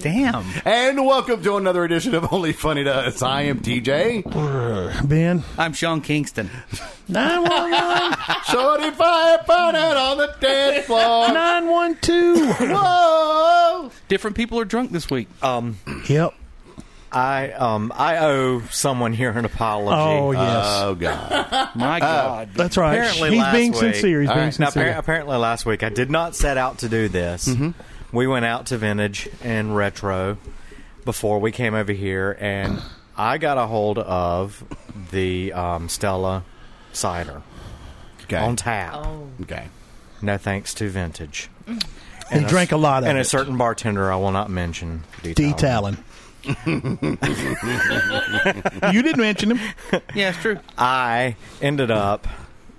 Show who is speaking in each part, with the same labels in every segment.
Speaker 1: Damn.
Speaker 2: And welcome to another edition of Only Funny to Us. I am TJ.
Speaker 3: Ben.
Speaker 1: I'm Sean Kingston.
Speaker 3: 911.
Speaker 2: Shorty fire burning on the dance floor.
Speaker 3: 912.
Speaker 2: Whoa!
Speaker 1: Different people are drunk this week.
Speaker 4: Um,
Speaker 3: Yep.
Speaker 4: I um, I owe someone here an apology.
Speaker 3: Oh, yes.
Speaker 2: Oh, God.
Speaker 4: uh,
Speaker 1: My God.
Speaker 3: That's right.
Speaker 4: apparently
Speaker 3: He's
Speaker 4: last
Speaker 3: being
Speaker 4: week-
Speaker 3: sincere. He's
Speaker 2: All
Speaker 3: being
Speaker 2: right,
Speaker 4: Now,
Speaker 3: sincere.
Speaker 4: appar- apparently last week I did not set out to do this. We went out to Vintage and Retro before we came over here, and I got a hold of the um, Stella cider
Speaker 2: Okay.
Speaker 4: on tap.
Speaker 2: Okay.
Speaker 4: No thanks to Vintage
Speaker 3: and drank a lot of
Speaker 4: and a
Speaker 3: it.
Speaker 4: certain bartender I will not mention.
Speaker 3: detailing. you didn't mention him.
Speaker 1: Yeah, it's true.
Speaker 4: I ended up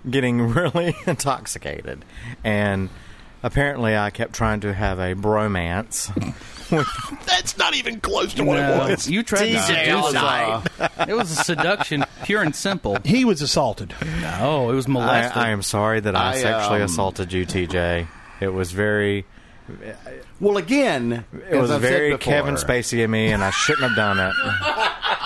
Speaker 4: getting really intoxicated, and apparently I kept trying to have a bromance.
Speaker 5: That's not even close to what
Speaker 1: No,
Speaker 5: it was.
Speaker 1: Uh, you tried to
Speaker 5: DJ
Speaker 1: seduce
Speaker 5: outside.
Speaker 1: us. It was a seduction, pure and simple.
Speaker 3: He was assaulted.
Speaker 1: No, it was
Speaker 4: I,
Speaker 1: molested.
Speaker 4: I am sorry that I,
Speaker 2: I,
Speaker 4: sexually
Speaker 2: um,
Speaker 4: assaulted you, TJ. It was very,
Speaker 2: Well, again,
Speaker 4: it was very Kevin Spacey of me, and I shouldn't have done it.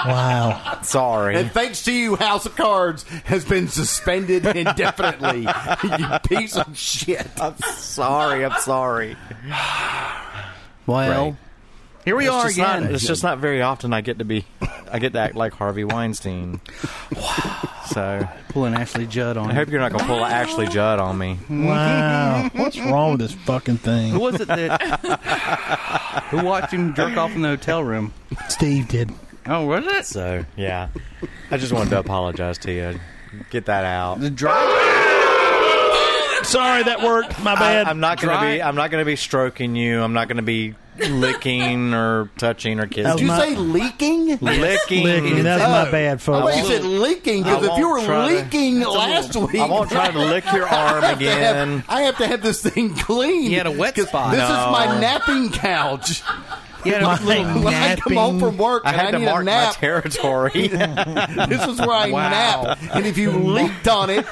Speaker 3: Wow.
Speaker 4: Sorry.
Speaker 2: And thanks to you, House of Cards has been suspended indefinitely. you piece of shit.
Speaker 4: I'm sorry. I'm sorry.
Speaker 1: well,
Speaker 2: Right.
Speaker 1: here we are
Speaker 4: It's just, not,
Speaker 1: again.
Speaker 4: it's just not very often I get to be, I get to act like Harvey Weinstein. So
Speaker 1: pulling Ashley Judd on.
Speaker 4: I hope you're not gonna pull Ashley Judd on me.
Speaker 3: Wow. What's wrong with this fucking
Speaker 1: who
Speaker 3: thing?
Speaker 1: was it that who watched him jerk off in the hotel room?
Speaker 3: Steve did.
Speaker 1: Oh, was it?
Speaker 4: So yeah, I just wanted to apologize to you. Get that out.
Speaker 1: The driver.
Speaker 3: Sorry, that worked. My
Speaker 4: I,
Speaker 3: bad.
Speaker 4: I'm not gonna
Speaker 1: Dry-
Speaker 4: be. I'm not gonna be stroking you. I'm not gonna be licking or touching or
Speaker 3: That
Speaker 4: kissing.
Speaker 3: was
Speaker 2: Did you
Speaker 3: my-
Speaker 2: say leaking?
Speaker 4: licking.
Speaker 3: Licking. That's
Speaker 2: Oh.
Speaker 3: my bad,
Speaker 2: I
Speaker 3: folks.
Speaker 2: thought you said leaking because
Speaker 4: I
Speaker 2: if you
Speaker 4: won't
Speaker 2: were
Speaker 4: try to-
Speaker 2: leaking last week,
Speaker 4: I won't try to lick your arm
Speaker 2: I have to have-
Speaker 4: again.
Speaker 2: I have to have this thing clean.
Speaker 1: You had a wet
Speaker 2: 'cause
Speaker 1: spot.
Speaker 2: This
Speaker 4: No.
Speaker 2: is my napping couch.
Speaker 1: You had a little-
Speaker 2: when I come home from work
Speaker 4: I
Speaker 2: and I,
Speaker 4: had to
Speaker 2: need a
Speaker 4: mark my
Speaker 2: nap,
Speaker 4: territory.
Speaker 2: this is where I
Speaker 1: Wow.
Speaker 2: nap. And if you leaked on it,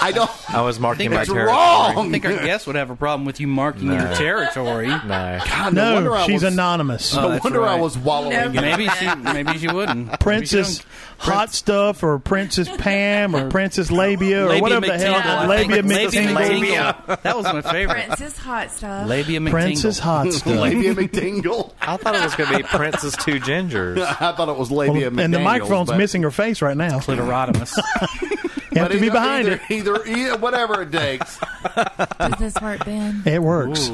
Speaker 2: I don't.
Speaker 4: I was marking
Speaker 1: Think
Speaker 4: my
Speaker 1: it's
Speaker 2: It's
Speaker 4: territory.
Speaker 1: I
Speaker 2: wrong.
Speaker 1: think our guests would have a problem with you marking your territory.
Speaker 4: No.
Speaker 2: God,
Speaker 3: No,
Speaker 2: wonder I
Speaker 3: she's
Speaker 2: was,
Speaker 3: anonymous.
Speaker 2: No
Speaker 1: that's
Speaker 2: wonder I
Speaker 1: right.
Speaker 2: was wallowing. in it.
Speaker 1: Maybe she, maybe she wouldn't. Maybe she
Speaker 3: Princess
Speaker 1: don't.
Speaker 3: Hot Stuff or Princess Pam or Princess Labia or
Speaker 1: Labia
Speaker 3: whatever the hell.
Speaker 1: McTingle, I
Speaker 3: that-
Speaker 1: think.
Speaker 3: Labia
Speaker 1: Labia
Speaker 3: McTingle.
Speaker 1: McTingle. That was my favorite.
Speaker 6: Princess hot stuff.
Speaker 1: Labia McTingle.
Speaker 3: Princess Hot Stuff.
Speaker 2: Labia McDingle.
Speaker 4: I thought it was going to be Princess Two Gingers.
Speaker 2: I thought it was labia
Speaker 3: and the
Speaker 2: McDaniels,
Speaker 3: microphone's
Speaker 2: but-
Speaker 3: missing her face right now. You
Speaker 1: Clitorotomus.
Speaker 3: have
Speaker 2: but
Speaker 3: to be
Speaker 2: either-
Speaker 3: behind
Speaker 2: either,
Speaker 3: it.
Speaker 2: Either, either, whatever it takes.
Speaker 6: Does this work, Ben?
Speaker 3: It works.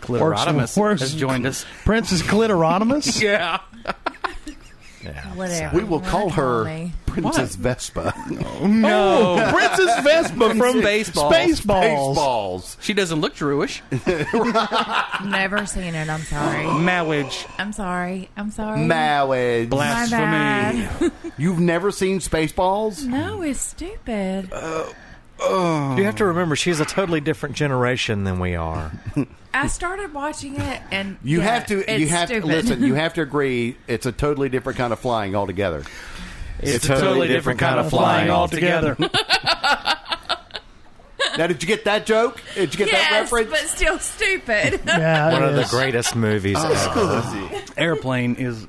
Speaker 1: Clitorotomus
Speaker 3: Works-
Speaker 1: has joined us.
Speaker 3: Princess Clitorotomus?
Speaker 1: Yeah.
Speaker 6: Whatever.
Speaker 2: We will
Speaker 6: you
Speaker 2: call
Speaker 6: wanna
Speaker 2: her
Speaker 6: me.
Speaker 2: Princess Vespa.
Speaker 1: No.
Speaker 3: Oh, Princess Vespa from
Speaker 1: Spaceballs.
Speaker 3: Spaceballs.
Speaker 2: Baseballs.
Speaker 1: She doesn't look Jewish.
Speaker 6: Never seen it. I'm sorry.
Speaker 1: Marriage.
Speaker 6: I'm sorry. I'm sorry.
Speaker 2: Marriage.
Speaker 6: My
Speaker 1: Blasphemy.
Speaker 6: bad.
Speaker 2: You've never seen Spaceballs?
Speaker 6: No, it's stupid.
Speaker 4: You have to remember, she's a totally different generation than we are.
Speaker 6: I started watching it, and
Speaker 2: You
Speaker 6: yeah,
Speaker 2: have to.
Speaker 6: It's
Speaker 2: You have
Speaker 6: stupid.
Speaker 2: to listen. You have to agree. It's a totally different kind of flying altogether.
Speaker 4: It's,
Speaker 1: a totally different kind of flying
Speaker 3: altogether.
Speaker 2: Now, did you get that joke? Did you get that
Speaker 6: yes,
Speaker 2: reference?
Speaker 6: but still stupid.
Speaker 3: Yeah,
Speaker 4: One
Speaker 3: it
Speaker 4: of the
Speaker 3: is.
Speaker 4: greatest movies
Speaker 1: Oh,
Speaker 4: ever.
Speaker 1: Airplane is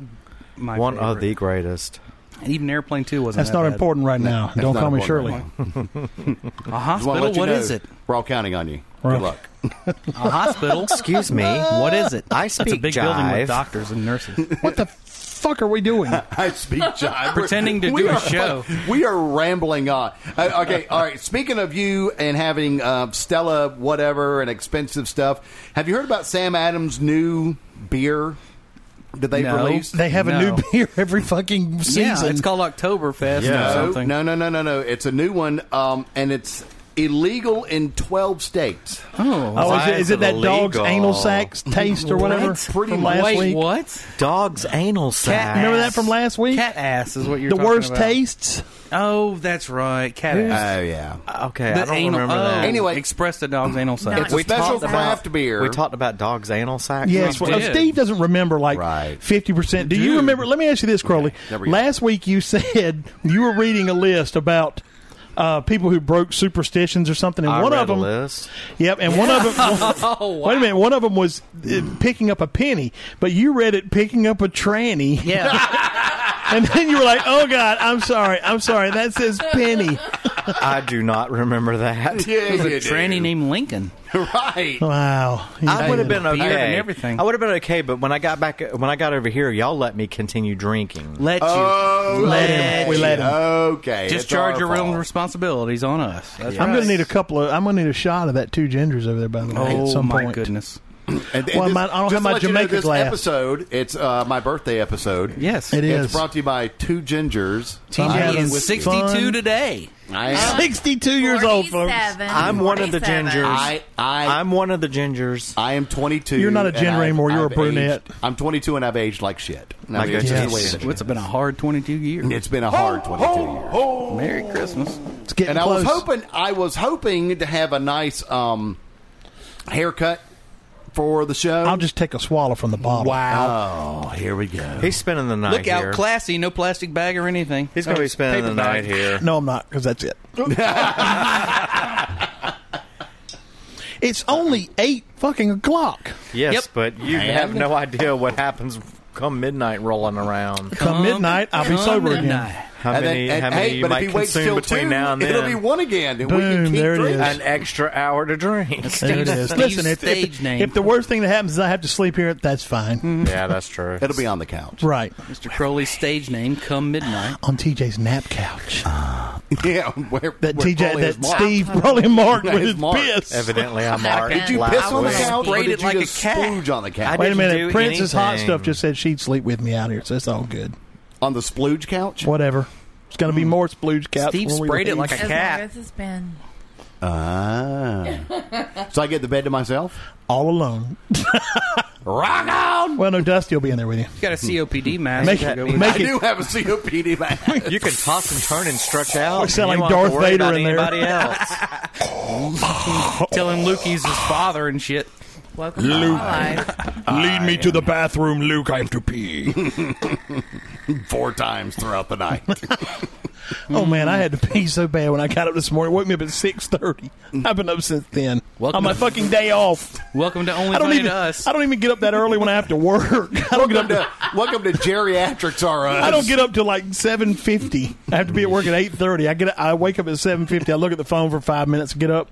Speaker 1: my
Speaker 4: One
Speaker 1: favorite.
Speaker 4: of the greatest.
Speaker 1: And Even Airplane 2 wasn't
Speaker 3: That's
Speaker 1: that
Speaker 3: not
Speaker 1: bad.
Speaker 3: important right now. Don't
Speaker 2: not
Speaker 3: call me Shirley.
Speaker 2: important.
Speaker 1: A
Speaker 2: Just wanna
Speaker 1: hospital?
Speaker 2: let you
Speaker 1: What
Speaker 2: know,
Speaker 1: is it?
Speaker 2: We're all counting on you.
Speaker 3: Right.
Speaker 2: Good luck.
Speaker 1: A hospital?
Speaker 4: Excuse me.
Speaker 1: What is it?
Speaker 4: I
Speaker 1: That's a
Speaker 4: speak
Speaker 1: big building
Speaker 4: jive.
Speaker 1: with doctors and nurses.
Speaker 3: What the fuck are we doing?
Speaker 2: I speak jive.
Speaker 1: Pretending to
Speaker 2: We
Speaker 1: do a
Speaker 2: are-
Speaker 1: show.
Speaker 2: We are rambling on. Uh, okay, all right. Speaking of you and having uh, Stella, whatever, and expensive stuff, have you heard about Sam Adams' new beer that they
Speaker 1: No.
Speaker 2: released?
Speaker 3: They have a
Speaker 1: No.
Speaker 3: new beer every fucking
Speaker 1: yeah,
Speaker 3: season.
Speaker 1: it's called Oktoberfest or
Speaker 2: No,
Speaker 1: something.
Speaker 2: no, no, no, no, no. It's a new one, um, and it's illegal in 12 states.
Speaker 3: oh, is
Speaker 4: Why
Speaker 3: it,
Speaker 4: is
Speaker 3: is it
Speaker 4: it
Speaker 3: that dog's
Speaker 4: illegal?
Speaker 3: anal sac taste or whatever
Speaker 1: What?
Speaker 3: from last
Speaker 1: Wait,
Speaker 3: week?
Speaker 1: what?
Speaker 4: Dog's anal sac.
Speaker 3: Remember that from last week?
Speaker 1: Cat ass is what you're
Speaker 3: the
Speaker 1: talking
Speaker 3: worst
Speaker 1: about.
Speaker 3: tastes.
Speaker 1: Oh, that's right. Cat
Speaker 2: Oh,
Speaker 1: ass.
Speaker 2: yeah.
Speaker 4: Okay,
Speaker 1: The
Speaker 4: I don't
Speaker 1: anal,
Speaker 4: remember
Speaker 1: oh,
Speaker 4: that.
Speaker 2: Anyway.
Speaker 1: express the dog's anal sac.
Speaker 6: It's
Speaker 2: a special
Speaker 4: talked about-
Speaker 2: craft beer.
Speaker 4: We talked about dog's anal sac.
Speaker 3: Yes,
Speaker 1: We
Speaker 3: well,
Speaker 1: did.
Speaker 3: Steve doesn't remember like
Speaker 2: Right.
Speaker 3: fifty percent. Do you
Speaker 1: Dude.
Speaker 3: remember? Let me ask you this, Crowley.
Speaker 2: there we go.
Speaker 3: Last week you said you were reading a list about uh, people who broke superstitions or something. And
Speaker 4: I
Speaker 3: one
Speaker 4: read
Speaker 3: of them,
Speaker 4: a list.
Speaker 3: Yep, and one of them.
Speaker 2: Oh,
Speaker 3: Wait a minute, one of them was uh, picking up a penny, but you read it picking up a tranny.
Speaker 1: Yeah.
Speaker 3: and then you were like, "Oh God, I'm sorry, I'm sorry." That says penny.
Speaker 4: I do not remember that.
Speaker 2: Yeah,
Speaker 1: There's
Speaker 2: you
Speaker 1: a
Speaker 2: do.
Speaker 1: tranny named Lincoln.
Speaker 2: right?
Speaker 3: Wow,
Speaker 4: I would have been
Speaker 1: Beard and
Speaker 4: okay.
Speaker 1: everything.
Speaker 4: I would have been okay, but when I got back, when I got over here, y'all let me continue drinking.
Speaker 1: Let you.
Speaker 2: Oh,
Speaker 1: let
Speaker 3: him. We
Speaker 1: you.
Speaker 3: let him.
Speaker 2: Okay, it's
Speaker 1: Discharge
Speaker 2: our
Speaker 1: your own
Speaker 2: fault.
Speaker 1: responsibilities on us. That's
Speaker 3: I'm
Speaker 1: right.
Speaker 3: going to need a couple of. I'm going to need a shot of that two gingers over there by the way at
Speaker 1: Oh
Speaker 3: some
Speaker 1: my
Speaker 3: point.
Speaker 1: goodness!
Speaker 2: And,
Speaker 3: Well, my- I don't
Speaker 2: just
Speaker 3: have my
Speaker 2: to let you know,
Speaker 3: Jamaica
Speaker 2: this
Speaker 3: glass.
Speaker 2: episode, it's uh, my birthday episode.
Speaker 1: Yes,
Speaker 3: It
Speaker 2: It's
Speaker 3: is.
Speaker 2: brought to you by Two Gingers.
Speaker 3: I'm
Speaker 1: TJ
Speaker 3: having
Speaker 1: is
Speaker 3: whiskey.
Speaker 1: 62
Speaker 3: Fun.
Speaker 1: today.
Speaker 2: I am.
Speaker 3: 62 years old, folks.
Speaker 6: 47,
Speaker 4: I'm one of the
Speaker 6: 47.
Speaker 4: gingers.
Speaker 2: I, I,
Speaker 4: I'm one of the gingers.
Speaker 2: I am 22.
Speaker 3: You're not a
Speaker 2: and
Speaker 3: ginger
Speaker 2: I've-
Speaker 3: anymore, you're a
Speaker 2: I've
Speaker 3: brunette.
Speaker 2: aged- I'm 22 and I've aged like shit. No,
Speaker 4: My
Speaker 2: it's just
Speaker 3: goodness.
Speaker 2: the way it is.
Speaker 1: It's been a hard 22 years.
Speaker 2: It's been a hard 22 years.
Speaker 1: Merry Christmas.
Speaker 3: It's getting
Speaker 2: and
Speaker 3: close.
Speaker 2: I was hoping I was hoping to have a nice um, haircut for the show.
Speaker 3: I'll just take a swallow from the bottle.
Speaker 2: wow. here we go.
Speaker 4: He's spending the night
Speaker 1: Look out,
Speaker 4: here.
Speaker 1: classy. No plastic bag or anything.
Speaker 4: He's going to be spending the night here.
Speaker 3: No, I'm not, because that's it. it's only eight fucking o'clock.
Speaker 4: Yes,
Speaker 1: Yep.
Speaker 4: but you have no idea what happens come midnight rolling around.
Speaker 3: Come midnight, I'll be
Speaker 1: come
Speaker 3: sober again.
Speaker 1: midnight.
Speaker 4: How
Speaker 2: And then-
Speaker 4: many?
Speaker 2: and-
Speaker 4: how many
Speaker 2: hey,
Speaker 4: you
Speaker 2: but
Speaker 4: might
Speaker 2: if he waits
Speaker 4: consume
Speaker 2: till
Speaker 4: between
Speaker 2: two,
Speaker 4: now and then?
Speaker 2: it'll be one again. and we
Speaker 3: Boom,
Speaker 2: can keep
Speaker 3: there it
Speaker 2: drinking.
Speaker 3: is.
Speaker 4: An extra hour to drink.
Speaker 3: There it
Speaker 1: Steve-
Speaker 3: is.
Speaker 1: Steve's
Speaker 3: Listen, if,
Speaker 1: stage
Speaker 3: if,
Speaker 1: name.
Speaker 3: if the worst thing that happens is I have to sleep here, that's fine.
Speaker 2: Mm-hmm.
Speaker 4: yeah, that's true.
Speaker 2: It'll be on the couch.
Speaker 3: Right.
Speaker 1: Mr. Crowley's stage name, Come Midnight.
Speaker 3: On TJ's nap couch.
Speaker 2: Yeah, where,
Speaker 3: That
Speaker 2: Uh, where
Speaker 3: TJ,
Speaker 2: Crowley is
Speaker 3: that
Speaker 2: marked.
Speaker 3: Steve probably marked
Speaker 2: That
Speaker 3: with
Speaker 2: is
Speaker 3: his
Speaker 2: marked.
Speaker 3: piss.
Speaker 4: Evidently, I'm
Speaker 6: Back
Speaker 4: marked.
Speaker 6: in.
Speaker 2: Did you piss on the
Speaker 4: loudly.
Speaker 1: Wow.
Speaker 2: couch?
Speaker 1: Sprayed
Speaker 2: or did
Speaker 1: it like
Speaker 2: you
Speaker 1: a
Speaker 2: just
Speaker 1: cat.
Speaker 2: splooge on the couch?
Speaker 4: I
Speaker 3: Wait a
Speaker 4: didn't
Speaker 3: minute.
Speaker 4: do
Speaker 3: Princess Hot
Speaker 4: anything.
Speaker 3: Stuff just said she'd sleep with me out here, so it's all good.
Speaker 2: on the splooge couch?
Speaker 3: Whatever. It's going to be more splooge couch.
Speaker 1: Steve
Speaker 3: when we
Speaker 1: sprayed it
Speaker 3: leave.
Speaker 1: like a
Speaker 6: As
Speaker 1: cat.
Speaker 6: long as it's been.
Speaker 2: Ah. so I get the bed to myself?
Speaker 3: all alone.
Speaker 2: Rock on!
Speaker 3: Well, no, Dusty will be in there with you.
Speaker 1: He's got a COPD mask.
Speaker 3: Make
Speaker 1: to
Speaker 3: it-
Speaker 1: go with
Speaker 3: make
Speaker 2: I do have a COPD man.
Speaker 4: You can toss and turn and stretch out.
Speaker 3: We sound
Speaker 4: You
Speaker 3: like Darth
Speaker 4: don't have to worry
Speaker 3: Vader
Speaker 4: about
Speaker 3: in there.
Speaker 4: Anybody else?
Speaker 1: telling Luke he's his father and shit.
Speaker 6: Welcome to my life.
Speaker 7: Lead me to the bathroom, Luke. I have to pee.
Speaker 2: Four times throughout the night.
Speaker 3: Oh man, I had to pee so bad when I got up this morning. It woke me up at six thirty. I've been up since then.
Speaker 1: Welcome
Speaker 3: on my
Speaker 1: to-
Speaker 3: fucking day off.
Speaker 1: Welcome to Only
Speaker 3: I don't
Speaker 1: Funny
Speaker 3: even.
Speaker 1: to Us.
Speaker 3: I don't even get up that early when I have to work. I don't get
Speaker 2: welcome,
Speaker 3: up.
Speaker 2: to, welcome to Geriatrics R Us.
Speaker 3: I don't get up till like seven fifty. I have to be at work at eight thirty. I get. I wake up at seven fifty. I look at the phone for five minutes. Get up,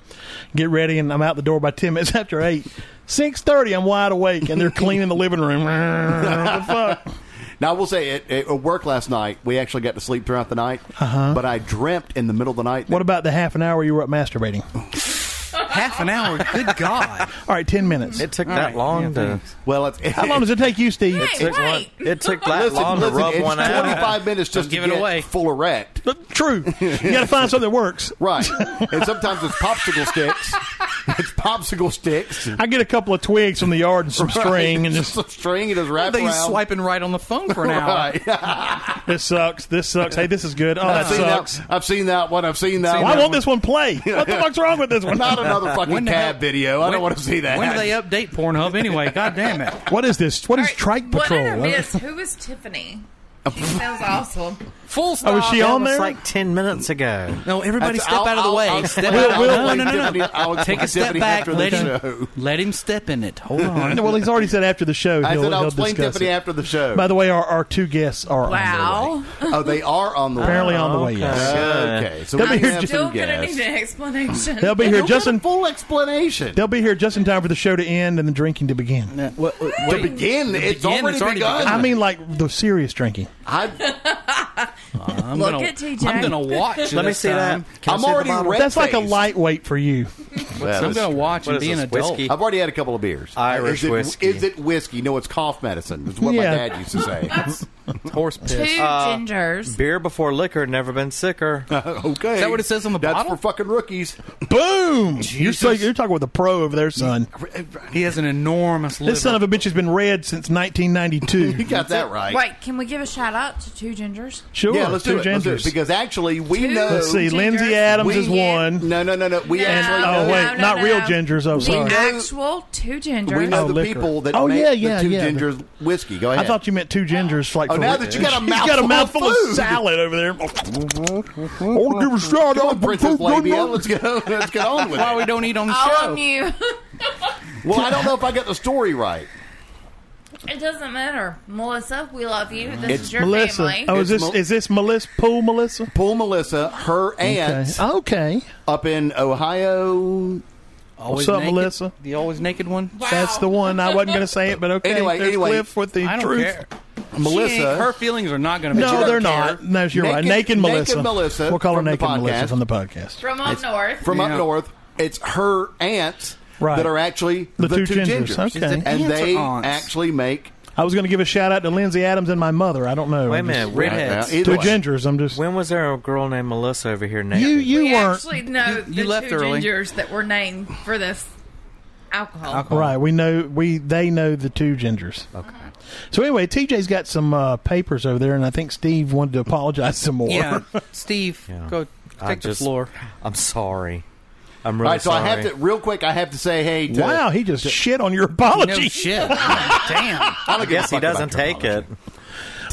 Speaker 3: get ready, and I'm out the door by ten minutes after eight. Six thirty, I'm wide awake, and they're cleaning the living room. What the fuck?
Speaker 2: Now, I will say, at, at work last night, we actually got to sleep throughout the night. But I dreamt in the middle of the night.
Speaker 3: What about the half an hour you were up masturbating?
Speaker 1: Half an hour. Good God.
Speaker 3: All right, ten minutes.
Speaker 4: It took
Speaker 1: All
Speaker 4: that
Speaker 1: right.
Speaker 4: long
Speaker 1: Yeah,
Speaker 4: to.
Speaker 1: thanks.
Speaker 2: well, it's,
Speaker 3: How long does it take you, Steve?
Speaker 6: Hey,
Speaker 4: Took
Speaker 6: wait.
Speaker 4: one- it took that
Speaker 2: listen,
Speaker 4: long
Speaker 2: listen,
Speaker 4: to rub
Speaker 2: it's
Speaker 4: one out.
Speaker 2: 25 minutes just
Speaker 1: give
Speaker 2: to
Speaker 1: it
Speaker 2: get
Speaker 1: away.
Speaker 2: full erect.
Speaker 3: But True. You got to find something that works.
Speaker 2: Right. and sometimes it's popsicle sticks. It's popsicle sticks.
Speaker 3: I get a couple of twigs from the yard and some string, and just
Speaker 2: a string. It is wrapped
Speaker 1: He's
Speaker 2: around.
Speaker 1: swiping right on the phone for an hour.
Speaker 2: Right.
Speaker 3: this sucks. This sucks. Hey, this is good. Oh, that
Speaker 2: I've seen
Speaker 3: sucks.
Speaker 2: that. I've seen that one. I've seen that.
Speaker 1: Seen
Speaker 3: Why
Speaker 2: one.
Speaker 3: won't this one play? What the fuck's wrong with this one?
Speaker 2: Not another fucking
Speaker 1: When the hell-
Speaker 2: cab video. I
Speaker 1: when-
Speaker 2: don't want to see that.
Speaker 1: When do they update Pornhub anyway? God damn it.
Speaker 3: What is this? What is
Speaker 6: All right,
Speaker 3: Trike Patrol?
Speaker 6: What did I
Speaker 3: What-
Speaker 6: miss? Who was Tiffany? She sounds awesome.
Speaker 1: Full stop.
Speaker 3: Oh, is she
Speaker 4: That
Speaker 3: on
Speaker 4: was
Speaker 3: there?
Speaker 4: like ten minutes ago.
Speaker 1: No, everybody
Speaker 2: That's-
Speaker 1: step
Speaker 2: I'll-
Speaker 1: out of the
Speaker 2: I'll-
Speaker 1: way.
Speaker 2: I'll
Speaker 1: step
Speaker 2: explain-
Speaker 1: out.
Speaker 2: I'll
Speaker 1: no,
Speaker 2: explain
Speaker 1: no, no,
Speaker 2: Tiffany-
Speaker 1: no.
Speaker 2: I'll
Speaker 1: Take
Speaker 2: explain
Speaker 1: a step
Speaker 2: Tiffany
Speaker 1: back.
Speaker 2: after the
Speaker 1: Let
Speaker 2: show.
Speaker 1: him, let him step in it. Hold on.
Speaker 3: well, he's already said after the show. He'll,
Speaker 2: I said I'll
Speaker 3: he'll
Speaker 2: explain
Speaker 3: discuss
Speaker 2: Tiffany
Speaker 3: it.
Speaker 2: after the show.
Speaker 3: By the way, our, our two guests are on
Speaker 6: Wow.
Speaker 2: oh, they are on the
Speaker 3: Apparently
Speaker 2: way.
Speaker 3: on the way, yes.
Speaker 2: Okay, so
Speaker 3: They'll
Speaker 2: we
Speaker 3: be here
Speaker 2: have
Speaker 3: just-
Speaker 2: some
Speaker 6: Still gonna
Speaker 2: guests.
Speaker 6: need an explanation.
Speaker 3: They'll be
Speaker 2: You'll
Speaker 3: here
Speaker 2: get
Speaker 3: just
Speaker 2: a
Speaker 3: in,
Speaker 2: full explanation.
Speaker 3: They'll be here just in time for the show to end and the drinking to begin.
Speaker 1: Uh, what- what- wait.
Speaker 2: Again, it's,
Speaker 1: begin,
Speaker 2: already
Speaker 1: it's already
Speaker 2: begun.
Speaker 1: begun.
Speaker 3: I mean, like the serious drinking.
Speaker 2: I,
Speaker 1: I'm
Speaker 6: Look
Speaker 1: gonna,
Speaker 6: at TJ.
Speaker 1: I'm gonna watch.
Speaker 4: Let me
Speaker 1: this
Speaker 4: see
Speaker 1: time.
Speaker 4: that. Can I
Speaker 2: I'm
Speaker 4: see the
Speaker 2: already
Speaker 4: bottle?
Speaker 2: red
Speaker 3: That's like a
Speaker 2: faced.
Speaker 3: lightweight for you.
Speaker 2: Well,
Speaker 1: I'm
Speaker 2: that's-
Speaker 1: gonna watch
Speaker 4: What
Speaker 1: and
Speaker 4: is
Speaker 1: be an
Speaker 4: this,
Speaker 1: adult.
Speaker 4: whiskey?
Speaker 2: I've already had a couple of beers.
Speaker 4: Irish
Speaker 2: is it,
Speaker 4: whiskey.
Speaker 2: Is it whiskey? No, it's cough medicine. Is what
Speaker 3: Yeah.
Speaker 2: my dad used to say.
Speaker 1: Horse piss.
Speaker 6: Two
Speaker 1: Is
Speaker 2: Uh,
Speaker 6: gingers.
Speaker 4: Beer before liquor, never been sicker.
Speaker 2: Oh, okay. Is
Speaker 1: that what it says on the
Speaker 2: That's
Speaker 1: bottle?
Speaker 2: for fucking rookies.
Speaker 3: Boom! You're, so, you're talking with a pro over there, son.
Speaker 1: He has an enormous liver.
Speaker 3: This son of a bitch has been red since
Speaker 2: You
Speaker 3: 1992.
Speaker 2: got that right.
Speaker 6: Wait, can we give a shout out to two gingers?
Speaker 3: Sure,
Speaker 2: Yeah, let's do,
Speaker 3: two
Speaker 2: it. let's do it.
Speaker 3: gingers.
Speaker 2: Because actually, we
Speaker 6: Two?
Speaker 2: know.
Speaker 3: Let's see.
Speaker 6: Gingers.
Speaker 3: Lindsay Adams
Speaker 2: We-
Speaker 3: is one.
Speaker 2: No, no, no, no. We
Speaker 6: No,
Speaker 2: actually
Speaker 3: Oh,
Speaker 2: know.
Speaker 3: wait, not real gingers, oh,
Speaker 6: the
Speaker 3: sorry.
Speaker 6: actual two gingers.
Speaker 2: We know
Speaker 3: Oh,
Speaker 2: the
Speaker 3: liquor.
Speaker 2: people that
Speaker 3: Oh,
Speaker 2: make
Speaker 3: yeah, yeah,
Speaker 2: the two
Speaker 3: yeah.
Speaker 2: gingers whiskey. Go ahead.
Speaker 3: I thought you meant two gingers, like
Speaker 2: Oh,
Speaker 3: for
Speaker 2: now that you got a
Speaker 3: He's
Speaker 2: mouthful,
Speaker 3: got a mouthful
Speaker 2: of
Speaker 3: of,
Speaker 2: food.
Speaker 3: salad over there.
Speaker 7: I'll give a shout
Speaker 2: Come on,
Speaker 7: out.
Speaker 2: Princess Labia. Let's go. Let's get on with
Speaker 1: Why we
Speaker 2: it.
Speaker 1: don't eat on the
Speaker 6: All
Speaker 1: show?
Speaker 6: of you.
Speaker 2: Well, I don't know if I got the story right.
Speaker 6: It doesn't matter. Melissa, we love you. This
Speaker 2: It's
Speaker 6: is your
Speaker 3: Melissa.
Speaker 6: family.
Speaker 3: Oh, is
Speaker 2: It's
Speaker 3: this
Speaker 2: Mel-
Speaker 3: is this Melissa Pool Melissa?
Speaker 2: Pool Melissa, her
Speaker 3: Okay. Uh,
Speaker 2: aunt
Speaker 3: Okay.
Speaker 2: up in Ohio.
Speaker 1: Always
Speaker 3: What's up,
Speaker 1: naked?
Speaker 3: Melissa?
Speaker 1: The always naked one.
Speaker 6: Wow.
Speaker 3: That's the one. I wasn't going to say it, but okay.
Speaker 2: Anyway,
Speaker 3: There's
Speaker 2: anyway.
Speaker 3: Cliff with the
Speaker 1: I don't
Speaker 3: truth.
Speaker 1: care. She ain't- her
Speaker 2: Melissa,
Speaker 1: feelings are not going to be.
Speaker 2: you
Speaker 3: No,
Speaker 2: don't
Speaker 3: they're
Speaker 2: care.
Speaker 3: not. No, you're right.
Speaker 2: Naked-
Speaker 3: Naked Melissa.
Speaker 2: Naked Melissa
Speaker 3: We'll call her
Speaker 2: from the
Speaker 3: Naked Melissa
Speaker 2: podcast.
Speaker 3: from the podcast.
Speaker 6: From up north.
Speaker 2: from up
Speaker 1: Yeah.
Speaker 2: north, it's her aunts
Speaker 3: Right.
Speaker 2: that are actually the,
Speaker 3: The two
Speaker 2: two
Speaker 3: gingers.
Speaker 2: gingers.
Speaker 3: Okay. Is it
Speaker 2: And
Speaker 1: aunts or
Speaker 2: they
Speaker 1: aunts?
Speaker 2: actually make
Speaker 3: I was going to give a shout out to Lindsay Adams and my mother. I don't know.
Speaker 4: Wait a
Speaker 3: I'm just-
Speaker 4: minute.
Speaker 1: Redheads.
Speaker 2: Yeah, either
Speaker 3: Two
Speaker 2: way.
Speaker 3: gingers. I'm just.
Speaker 4: When was there a girl named Melissa over here? Naked?
Speaker 3: You you
Speaker 6: we
Speaker 3: weren't
Speaker 6: actually know the
Speaker 1: you left
Speaker 6: two
Speaker 1: early.
Speaker 6: gingers that were named for this alcohol.
Speaker 3: right. We know we they know the two gingers. Okay. So anyway, TJ's got some uh, papers over there, and I think Steve wanted to apologize some more.
Speaker 1: Yeah, Steve,
Speaker 4: Yeah.
Speaker 1: go
Speaker 4: I
Speaker 1: take the
Speaker 4: just-
Speaker 1: floor.
Speaker 4: I'm sorry. I'm
Speaker 2: All
Speaker 4: really
Speaker 2: right, so
Speaker 4: sorry.
Speaker 2: I have to real quick. I have to say, hey, to,
Speaker 3: Wow, he just shit on your apology.
Speaker 1: No shit. Damn.
Speaker 2: I don't give a
Speaker 4: Guess he
Speaker 2: fuck about
Speaker 4: doesn't
Speaker 2: your
Speaker 4: take
Speaker 2: apology.
Speaker 4: it.
Speaker 2: To-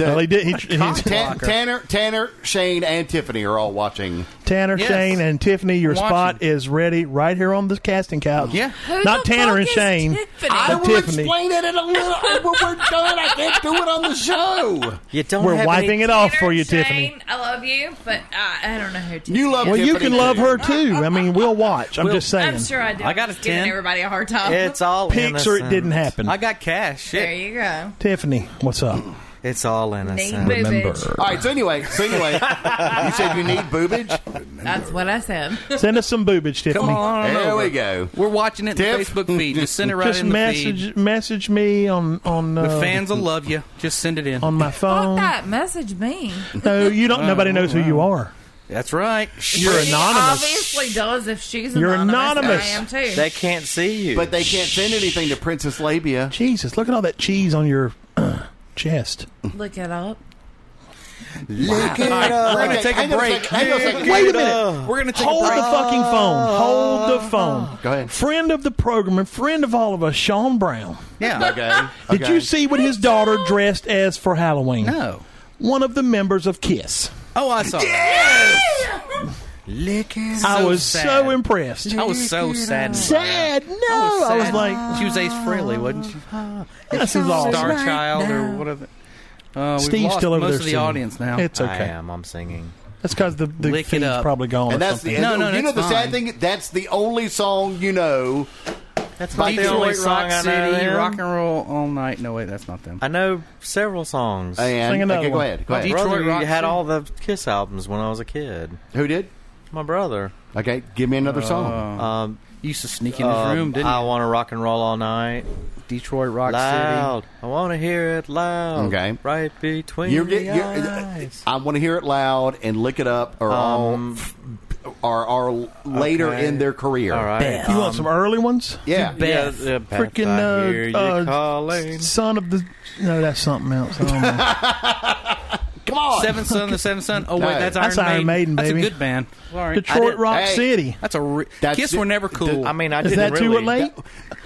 Speaker 3: Well, he did. He, he-
Speaker 2: Tan- Tanner, Tanner, Shane, and Tiffany are all watching.
Speaker 3: Tanner,
Speaker 1: Yes.
Speaker 3: Shane, and Tiffany, your
Speaker 1: Watching.
Speaker 3: spot is ready right here on the casting couch.
Speaker 1: Yeah.
Speaker 6: Who
Speaker 3: Not
Speaker 6: the
Speaker 3: Tanner
Speaker 6: fuck
Speaker 3: and
Speaker 6: is
Speaker 3: Shane.
Speaker 6: Tiffany?
Speaker 2: I will
Speaker 3: Tiffany.
Speaker 2: explain it in a little. When we're done, I can't do it on the show.
Speaker 4: You don't.
Speaker 3: We're wiping it off
Speaker 6: Tanner
Speaker 3: Oh, for
Speaker 6: and
Speaker 3: you,
Speaker 6: Shane,
Speaker 3: Tiffany.
Speaker 6: I love you, but uh, I, I don't know who Tiffany
Speaker 2: You love
Speaker 6: is.
Speaker 3: Well, you
Speaker 2: Tiffany
Speaker 3: can love
Speaker 2: too.
Speaker 3: her too. I mean, we'll watch. I'm just saying.
Speaker 6: I'm sure I did.
Speaker 1: I got a
Speaker 6: Just giving
Speaker 1: 10.
Speaker 6: everybody a hard time.
Speaker 4: It's all
Speaker 3: Picture it
Speaker 4: innocent.
Speaker 3: didn't happen.
Speaker 1: I got cash.
Speaker 6: there
Speaker 1: Shit.
Speaker 6: you go.
Speaker 3: Tiffany, what's up?
Speaker 4: It's all
Speaker 6: Need
Speaker 4: innocent.
Speaker 6: boobage.
Speaker 2: All right. So anyway, so anyway, you said you need boobage.
Speaker 6: That's what I said.
Speaker 3: Send us some boobage, Tiffany.
Speaker 1: Come on.
Speaker 2: There
Speaker 1: over.
Speaker 2: we go.
Speaker 1: We're watching it in the
Speaker 2: Tiff.
Speaker 1: Facebook feed. Just send it right
Speaker 3: Just
Speaker 1: in the
Speaker 3: message
Speaker 1: feed.
Speaker 3: message me on on
Speaker 1: The
Speaker 3: uh,
Speaker 1: fans will love you. Just send it in.
Speaker 3: on my
Speaker 6: Fuck
Speaker 3: phone.
Speaker 6: that. Message me.
Speaker 3: No, you
Speaker 1: Oh,
Speaker 3: don't. Nobody knows who you are.
Speaker 1: That's right.
Speaker 3: You're
Speaker 6: she
Speaker 3: anonymous.
Speaker 6: obviously does if she's
Speaker 3: You're
Speaker 6: anonymous.
Speaker 3: anonymous.
Speaker 6: I am too.
Speaker 4: They can't see you.
Speaker 2: But they can't send anything to Princess Labia.
Speaker 3: Jesus, look at all that cheese on your uh, chest.
Speaker 6: Look it up.
Speaker 2: All right,
Speaker 1: We're gonna
Speaker 2: okay,
Speaker 1: take a
Speaker 2: hang on
Speaker 1: break.
Speaker 2: second, hang on a second.
Speaker 3: Wait a minute.
Speaker 1: We're gonna take
Speaker 3: Hold
Speaker 1: a break.
Speaker 3: the
Speaker 1: Oh.
Speaker 3: fucking phone. Hold the phone.
Speaker 2: Go ahead.
Speaker 3: Friend of the program and friend of all of us, Sean Brown.
Speaker 1: yeah.
Speaker 2: Okay.
Speaker 3: Did
Speaker 2: okay.
Speaker 3: you see what his daughter dressed as for Halloween?
Speaker 1: No.
Speaker 3: One of the members of Kiss.
Speaker 1: Oh, I saw.
Speaker 3: I
Speaker 1: So
Speaker 3: was
Speaker 1: sad.
Speaker 3: so impressed.
Speaker 1: I was so sad.
Speaker 3: Sad? No. I was
Speaker 1: sad.
Speaker 3: like,
Speaker 1: She was Ace Frehley, wasn't she?
Speaker 3: this is all.
Speaker 1: Star Child or whatever. Uh, we've
Speaker 3: Steve's
Speaker 1: lost
Speaker 3: still over
Speaker 1: most
Speaker 3: there
Speaker 1: of the
Speaker 3: singing.
Speaker 1: audience now.
Speaker 3: It's
Speaker 4: I
Speaker 3: okay.
Speaker 4: am. I'm singing.
Speaker 3: That's because the, the
Speaker 1: Lick it
Speaker 3: feed's
Speaker 1: up.
Speaker 3: probably gone.
Speaker 2: And
Speaker 3: or
Speaker 2: that's
Speaker 3: something.
Speaker 2: the end.
Speaker 1: No, no,
Speaker 2: you know
Speaker 1: that's
Speaker 2: the sad
Speaker 1: fine.
Speaker 2: thing. That's the only song you know.
Speaker 4: That's
Speaker 2: not
Speaker 4: not
Speaker 2: the
Speaker 4: the
Speaker 2: Detroit
Speaker 4: only
Speaker 1: Detroit,
Speaker 4: song
Speaker 1: Rock
Speaker 4: I know.
Speaker 1: City,
Speaker 4: them.
Speaker 1: rock and roll all night. No, wait, that's not them.
Speaker 4: I know several songs.
Speaker 2: And
Speaker 3: Sing another
Speaker 2: okay, go
Speaker 3: one.
Speaker 2: ahead. Go ahead.
Speaker 1: Detroit
Speaker 4: brother
Speaker 1: Rock
Speaker 4: you had
Speaker 1: City.
Speaker 4: all the Kiss albums when I was a kid.
Speaker 2: Who did?
Speaker 4: My brother.
Speaker 2: Okay, give me another song.
Speaker 4: Um,
Speaker 1: You Uh, used to sneak in his
Speaker 4: um,
Speaker 1: room, didn't you?
Speaker 4: I want to rock and roll all night.
Speaker 1: Detroit Rock
Speaker 4: loud. I want to hear it loud.
Speaker 2: Okay.
Speaker 4: Right between
Speaker 2: You're,
Speaker 4: the
Speaker 2: get- you're, uh,
Speaker 4: eyes.
Speaker 2: I want to hear it loud and lick it up, or
Speaker 4: Um,
Speaker 2: all, or, or later
Speaker 4: okay.
Speaker 2: in their career.
Speaker 4: all right.
Speaker 3: You want some early ones?
Speaker 2: Yeah.
Speaker 4: Yeah,
Speaker 1: Beth.
Speaker 4: yeah, Beth,
Speaker 3: Freaking
Speaker 4: I hear you
Speaker 3: uh, uh,
Speaker 4: calling.
Speaker 3: son of the. No, that's something else. I don't know.
Speaker 2: Come on.
Speaker 1: City. Seventh Son, the Seventh Son. Oh, wait,
Speaker 2: No.
Speaker 1: that's Iron
Speaker 3: That's Iron Maiden,
Speaker 1: That's
Speaker 3: baby.
Speaker 1: a good band. Sorry.
Speaker 3: Detroit Rock
Speaker 2: Hey.
Speaker 3: City.
Speaker 1: That's a re-
Speaker 2: That's
Speaker 1: Kiss
Speaker 2: it.
Speaker 1: were never cool.
Speaker 4: I mean, I
Speaker 3: Is
Speaker 4: didn't
Speaker 3: that
Speaker 4: really.
Speaker 3: too late?